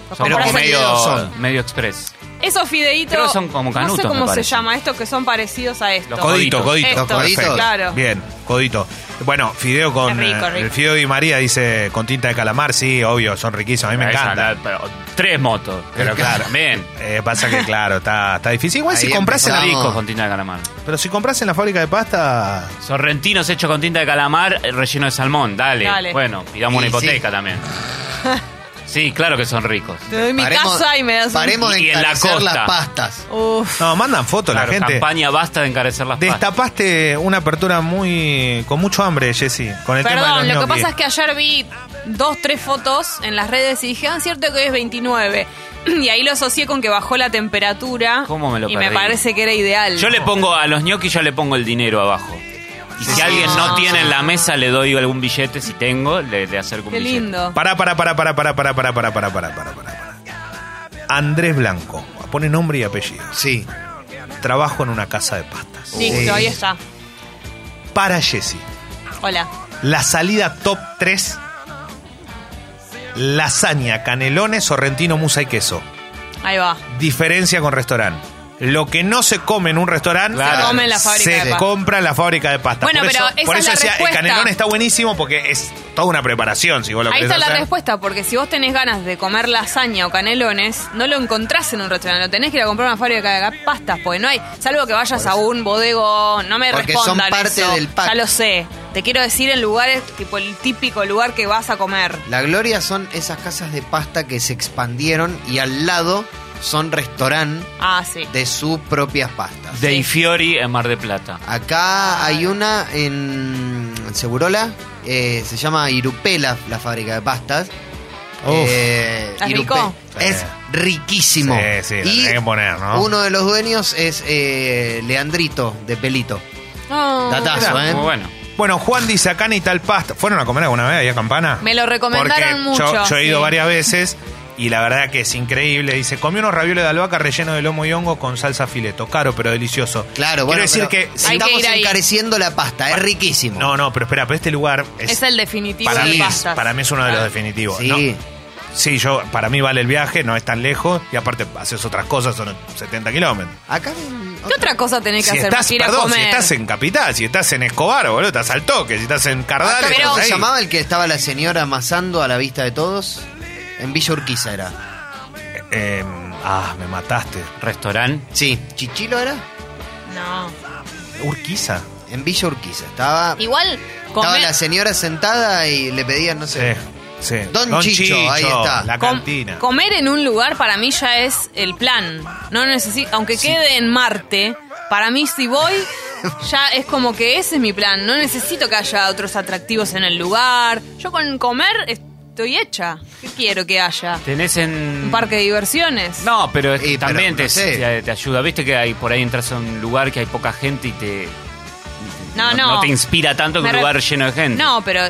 Speaker 1: Los
Speaker 3: Son
Speaker 1: compras
Speaker 3: como
Speaker 1: en-
Speaker 3: medio,
Speaker 4: son.
Speaker 3: medio express.
Speaker 1: Esos fideitos.
Speaker 3: Creo que son como
Speaker 1: No
Speaker 3: canutos,
Speaker 1: sé
Speaker 3: me
Speaker 1: cómo se
Speaker 3: parece.
Speaker 1: llama, estos que son parecidos a estos.
Speaker 3: Los Coditos.
Speaker 7: Codito, codito.
Speaker 1: Estos,
Speaker 4: Los coditos.
Speaker 7: Perfecto.
Speaker 1: Claro.
Speaker 7: Bien, codito. Bueno, fideo con...
Speaker 1: Es rico,
Speaker 7: eh,
Speaker 1: rico.
Speaker 7: El fideo de María dice con tinta de calamar, sí, obvio, son riquísimos. A mí me
Speaker 3: Esa,
Speaker 7: encanta.
Speaker 3: la- pero- tres motos.
Speaker 7: Pero claro.
Speaker 3: Bien.
Speaker 7: Eh, pasa que, claro, está, está difícil. Igual
Speaker 4: Ahí
Speaker 7: si compras en la...
Speaker 4: empezamos.
Speaker 3: Ricos con tinta de calamar.
Speaker 7: Pero si compras en la fábrica de pasta...
Speaker 3: Sorrentinos hechos con tinta de calamar, eh, relleno de salmón. Dale.
Speaker 1: Dale.
Speaker 3: Bueno, pidamos una
Speaker 4: Y sí.
Speaker 3: hipoteca también. Sí, claro que son ricos.
Speaker 1: Te doy mi casa y me das un-
Speaker 4: paremos de
Speaker 3: Y en la
Speaker 4: encarecer
Speaker 3: costa.
Speaker 4: las pastas.
Speaker 1: Uf.
Speaker 7: No, mandan fotos
Speaker 3: Claro,
Speaker 7: la gente.
Speaker 3: campaña basta de encarecer las pastas.
Speaker 7: Destapaste una apertura muy con mucho hambre, Jessy, con el tema de
Speaker 1: Perdón,
Speaker 7: los
Speaker 1: lo que
Speaker 7: ñoquis.
Speaker 1: pasa es que ayer vi dos, tres fotos en las redes y dije, ah, cierto que hoy es 29. Y ahí lo asocié con que bajó la temperatura.
Speaker 3: ¿Cómo me lo
Speaker 1: Y me
Speaker 3: perdí?
Speaker 1: parece que era ideal.
Speaker 3: Yo le pongo a los ñoquis, yo le pongo el dinero abajo. Y si alguien
Speaker 1: Ah.
Speaker 3: no tiene en la mesa, le doy algún billete, si tengo, le, le acerco un
Speaker 1: Qué
Speaker 3: billete.
Speaker 1: lindo.
Speaker 7: Pará, pará, pará, pará, pará, pará, pará, pará, pará, pará, pará, pará. Andrés Blanco, pone nombre y apellido.
Speaker 4: Sí.
Speaker 7: Trabajo en una casa de pastas.
Speaker 1: Listo, ahí está.
Speaker 7: Para Jessy,
Speaker 1: Hola.
Speaker 7: la salida top 3 lasaña, canelones, sorrentino, musa y queso.
Speaker 1: Ahí va.
Speaker 7: Diferencia con restaurante. Lo que no se come en un restaurante
Speaker 3: Claro.
Speaker 1: come en la fábrica
Speaker 7: se
Speaker 1: de pastas.
Speaker 7: compra en la fábrica de pastas.
Speaker 1: Bueno,
Speaker 7: por
Speaker 1: pero
Speaker 7: eso,
Speaker 1: esa
Speaker 7: por
Speaker 1: es
Speaker 7: eso
Speaker 1: la
Speaker 7: decía, el
Speaker 1: respuesta.
Speaker 7: canelón está buenísimo porque es toda una preparación, si vos lo
Speaker 1: Ahí
Speaker 7: querés
Speaker 1: está la
Speaker 7: hacer.
Speaker 1: respuesta, porque si vos tenés ganas de comer lasaña o canelones, no lo encontrás en un restaurante, lo tenés que ir a comprar a una fábrica de pastas, porque no hay, salvo que vayas a un bodego, no me
Speaker 4: Porque
Speaker 1: respondan
Speaker 4: son parte
Speaker 1: eso,
Speaker 4: del pack.
Speaker 1: ya lo sé. Te quiero decir en lugares, tipo el típico lugar que vas a comer.
Speaker 4: La Gloria son esas casas de pasta que se expandieron y al lado son restaurantes
Speaker 1: Ah, sí.
Speaker 4: de sus propias pastas.
Speaker 3: Dei Fiori en Mar de Plata.
Speaker 4: Acá hay una en Segurola, eh, se llama Irupela, la fábrica de pastas. Eh,
Speaker 1: ¿Es rico?
Speaker 4: Es
Speaker 7: Sí.
Speaker 4: riquísimo.
Speaker 7: Sí, sí, la
Speaker 4: y
Speaker 7: tenés que poner, ¿no?
Speaker 4: Uno de los dueños es eh, Leandrito, de Pelito.
Speaker 1: Oh.
Speaker 4: Datazo, ¿eh?
Speaker 3: Muy bueno.
Speaker 7: Bueno, Juan dice acá ni tal pasta. ¿Fueron a comer alguna vez ahí a Campana?
Speaker 1: Me lo recomendaron
Speaker 7: Porque
Speaker 1: mucho,
Speaker 7: Yo, yo he ido
Speaker 1: sí.
Speaker 7: varias veces y la verdad que es increíble. Dice, comí unos ravioles de albahaca relleno de lomo y hongo con salsa fileto. Caro, pero delicioso.
Speaker 4: Claro,
Speaker 7: Quiero
Speaker 4: bueno,
Speaker 7: decir
Speaker 4: pero
Speaker 7: que...
Speaker 1: Hay
Speaker 4: estamos
Speaker 1: que ir ahí.
Speaker 4: encareciendo la pasta, es riquísimo.
Speaker 7: No, no, pero espera, pero este lugar es...
Speaker 1: Es el definitivo
Speaker 7: para
Speaker 1: de
Speaker 7: mí, es,
Speaker 1: pastas.
Speaker 7: para mí es uno de los
Speaker 1: Ah.
Speaker 7: definitivos.
Speaker 4: Sí.
Speaker 7: ¿no? Sí, yo, para mí vale el viaje, no es tan lejos y aparte haces otras cosas, son 70 kilómetros.
Speaker 4: Acá
Speaker 1: ¿Qué otra cosa tenés que
Speaker 7: Si
Speaker 1: hacer?
Speaker 7: estás,
Speaker 1: para ir a
Speaker 7: perdón, si
Speaker 1: comer?
Speaker 7: estás en Capital, si estás en Escobar, boludo, estás al toque, si estás en Cardales,
Speaker 1: Ah,
Speaker 4: Acá, ¿Cómo
Speaker 7: estás
Speaker 4: se
Speaker 7: ahí.
Speaker 4: llamaba el que estaba la señora amasando a la vista de todos? En Villa Urquiza era.
Speaker 7: Eh, ah, me mataste.
Speaker 3: Restaurante.
Speaker 4: Sí. ¿Chichilo era?
Speaker 1: No.
Speaker 7: Urquiza.
Speaker 4: En Villa Urquiza. Estaba,
Speaker 1: Igual,
Speaker 4: estaba
Speaker 1: comer...
Speaker 4: la señora sentada y le pedían, no sé.
Speaker 7: Eh, Sí.
Speaker 4: Don Chicho, ahí está.
Speaker 7: La
Speaker 1: Com-
Speaker 7: cantina.
Speaker 1: comer en un lugar para mí ya es el plan. No necesito, aunque quede en Marte, para mí si voy ya es como que ese es mi plan. No necesito que haya otros atractivos en el lugar. Yo con comer estoy hecha. ¿Qué quiero que haya?
Speaker 3: Tenés en...
Speaker 1: Un parque de diversiones.
Speaker 3: No, pero es que
Speaker 4: Y, pero,
Speaker 3: también
Speaker 4: no
Speaker 3: te,
Speaker 4: sé.
Speaker 3: te- te ayuda. Viste que hay por ahí entras a un lugar que hay poca gente y te.
Speaker 1: No, no.
Speaker 3: te inspira tanto que
Speaker 1: Me
Speaker 3: un
Speaker 1: re-
Speaker 3: lugar lleno de gente.
Speaker 1: No, pero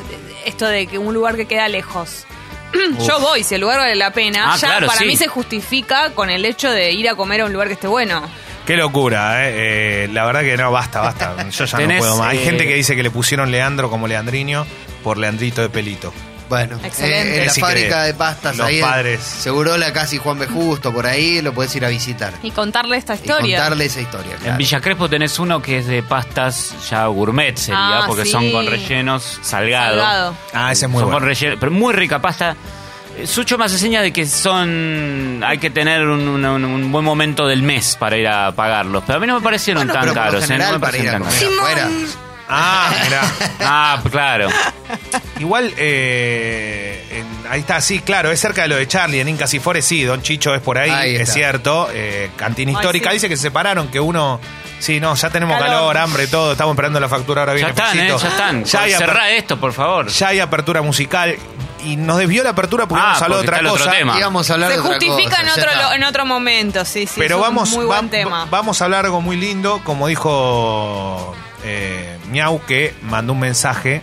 Speaker 1: esto de que un lugar que queda lejos. Yo voy, si el lugar vale la pena,
Speaker 3: Ah,
Speaker 1: ya
Speaker 3: claro,
Speaker 1: para
Speaker 3: sí.
Speaker 1: mí se justifica con el hecho de ir a comer a un lugar que esté bueno.
Speaker 7: Qué locura, eh. Eh, La verdad que no, basta, basta. Yo ya
Speaker 3: Tenés,
Speaker 7: no puedo más. Hay
Speaker 3: eh,
Speaker 7: gente que dice que le pusieron Leandro como Leandriño por Leandrito de pelito.
Speaker 4: Bueno,
Speaker 1: Excelente.
Speaker 4: eh, en la
Speaker 7: Es
Speaker 4: fábrica
Speaker 7: increíble.
Speaker 4: de pastas
Speaker 7: Los
Speaker 4: ahí.
Speaker 7: padres.
Speaker 4: Seguro la casi Juan B. Justo, por ahí lo puedes ir a visitar.
Speaker 1: Y contarle esta
Speaker 4: Y
Speaker 1: historia.
Speaker 4: contarle esa historia.
Speaker 3: En
Speaker 4: claro.
Speaker 3: Villa Crespo tenés uno que es de pastas ya gourmet, sería,
Speaker 1: Ah,
Speaker 3: porque
Speaker 1: sí.
Speaker 3: son con rellenos salgado.
Speaker 1: Salgado.
Speaker 7: Ah, ese es muy
Speaker 3: Son
Speaker 7: bueno.
Speaker 3: con relleno, pero muy rica pasta. Eh, Sucho más enseña de que son. Hay que tener un, un- un buen momento del mes para ir a pagarlos. Pero a mí no me parecieron
Speaker 4: Bueno,
Speaker 3: tan
Speaker 4: pero por lo
Speaker 3: caros. eh, no
Speaker 4: general
Speaker 3: me
Speaker 4: para ir a
Speaker 3: parecieron tan
Speaker 4: comer afuera.
Speaker 7: Ah, mirá.
Speaker 3: caros. Ah, claro.
Speaker 7: Igual, eh, en- ahí está, sí, claro, es cerca de lo de Charlie, en Incas y Fores, sí, Don Chicho es por ahí,
Speaker 4: Ahí
Speaker 7: es
Speaker 4: está.
Speaker 7: cierto, eh, cantina histórica,
Speaker 1: sí.
Speaker 7: dice que se separaron, que uno, sí, no, ya tenemos calor,
Speaker 1: Calor.
Speaker 7: hambre, todo, estamos esperando la factura, ahora
Speaker 3: Ya
Speaker 7: viene
Speaker 3: están, eh,
Speaker 7: Fecito.
Speaker 3: ya están.
Speaker 7: Ya hay, aper-
Speaker 3: Cerrá esto, por favor.
Speaker 7: ya hay apertura musical y nos desvió la apertura porque
Speaker 3: Ah,
Speaker 7: vamos a hablar de
Speaker 3: porque
Speaker 7: otra
Speaker 3: está el otro
Speaker 7: cosa.
Speaker 3: tema.
Speaker 4: Íbamos a hablar
Speaker 1: Se
Speaker 4: de otra
Speaker 1: justifica
Speaker 4: cosa,
Speaker 1: en,
Speaker 4: ya
Speaker 1: otro,
Speaker 4: está.
Speaker 1: lo- en otro momento, sí, sí.
Speaker 7: Pero
Speaker 1: es
Speaker 7: vamos,
Speaker 1: un muy
Speaker 7: va-
Speaker 1: buen tema.
Speaker 7: vamos a hablar algo muy lindo, como dijo eh, Miau, que mandó un mensaje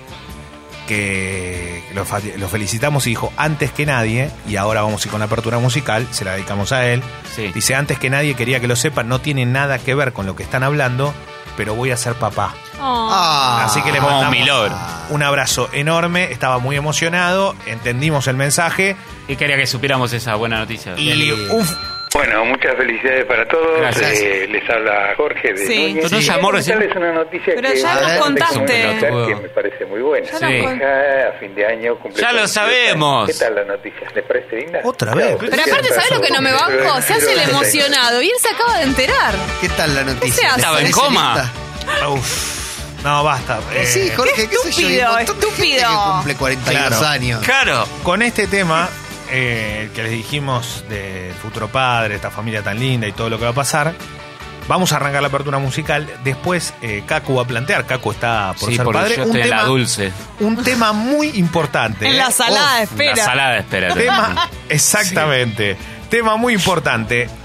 Speaker 7: que lo, fa- lo felicitamos y dijo, antes que nadie, y ahora vamos a ir con la apertura musical, se la dedicamos a él.
Speaker 3: Sí.
Speaker 7: Dice, antes que nadie quería que lo sepan, no tiene nada que ver con lo que están hablando, pero voy a ser papá.
Speaker 1: Oh.
Speaker 4: Ah.
Speaker 7: Así que le
Speaker 3: Como
Speaker 7: mandamos
Speaker 3: mi logro.
Speaker 7: un abrazo enorme, estaba muy emocionado, entendimos el mensaje
Speaker 3: Y quería que supiéramos esa buena noticia.
Speaker 7: y
Speaker 4: Bien.
Speaker 7: un,
Speaker 8: Bueno, muchas felicidades para todos.
Speaker 3: Gracias.
Speaker 8: Eh, les habla Jorge de
Speaker 1: Sí.
Speaker 8: Núñez.
Speaker 3: Nos llamó
Speaker 8: Quiero
Speaker 3: recién.
Speaker 8: contarles una noticia
Speaker 1: Pero
Speaker 8: que
Speaker 1: ya
Speaker 8: me
Speaker 4: nos
Speaker 8: parece
Speaker 1: contaste.
Speaker 8: fundamental, que me parece muy buena.
Speaker 1: Ya
Speaker 3: nos Sí.
Speaker 1: contaste.
Speaker 8: Ah, a fin de año cumple
Speaker 3: Ya lo
Speaker 8: 42
Speaker 3: sabemos.
Speaker 8: años. ¿Qué tal la noticia? ¿Le parece linda?
Speaker 7: Otra vez.
Speaker 8: Claro,
Speaker 1: Pero aparte, ¿sabes lo que no me banco? Se hace el emocionado y él se acaba de enterar.
Speaker 4: ¿Qué tal la
Speaker 1: ¿Qué se
Speaker 4: noticia?
Speaker 1: hace?
Speaker 4: ¿Les
Speaker 3: Estaba en
Speaker 4: parece
Speaker 3: coma.
Speaker 4: lista?
Speaker 7: Uf. no, basta. Eh,
Speaker 4: Sí, Jorge, qué, sé yo, hay
Speaker 1: estúpido,
Speaker 4: un montón de gente
Speaker 1: estúpido.
Speaker 4: que cumple 42
Speaker 7: Claro.
Speaker 4: años.
Speaker 3: Claro.
Speaker 7: Con este tema eh, que les dijimos de futuro padre, esta familia tan linda y todo lo que va a pasar, vamos a arrancar la apertura musical. Después eh, Kaku va a plantear, Kaku está por
Speaker 3: sí,
Speaker 7: ser
Speaker 3: porque
Speaker 7: padre,
Speaker 3: yo
Speaker 7: un,
Speaker 3: estoy en la
Speaker 7: tema,
Speaker 3: dulce.
Speaker 7: un tema muy importante.
Speaker 1: En
Speaker 7: ¿eh?
Speaker 1: la salada de
Speaker 3: La
Speaker 1: espera.
Speaker 3: salada, espérate.
Speaker 7: Tema, exactamente. Tema muy importante.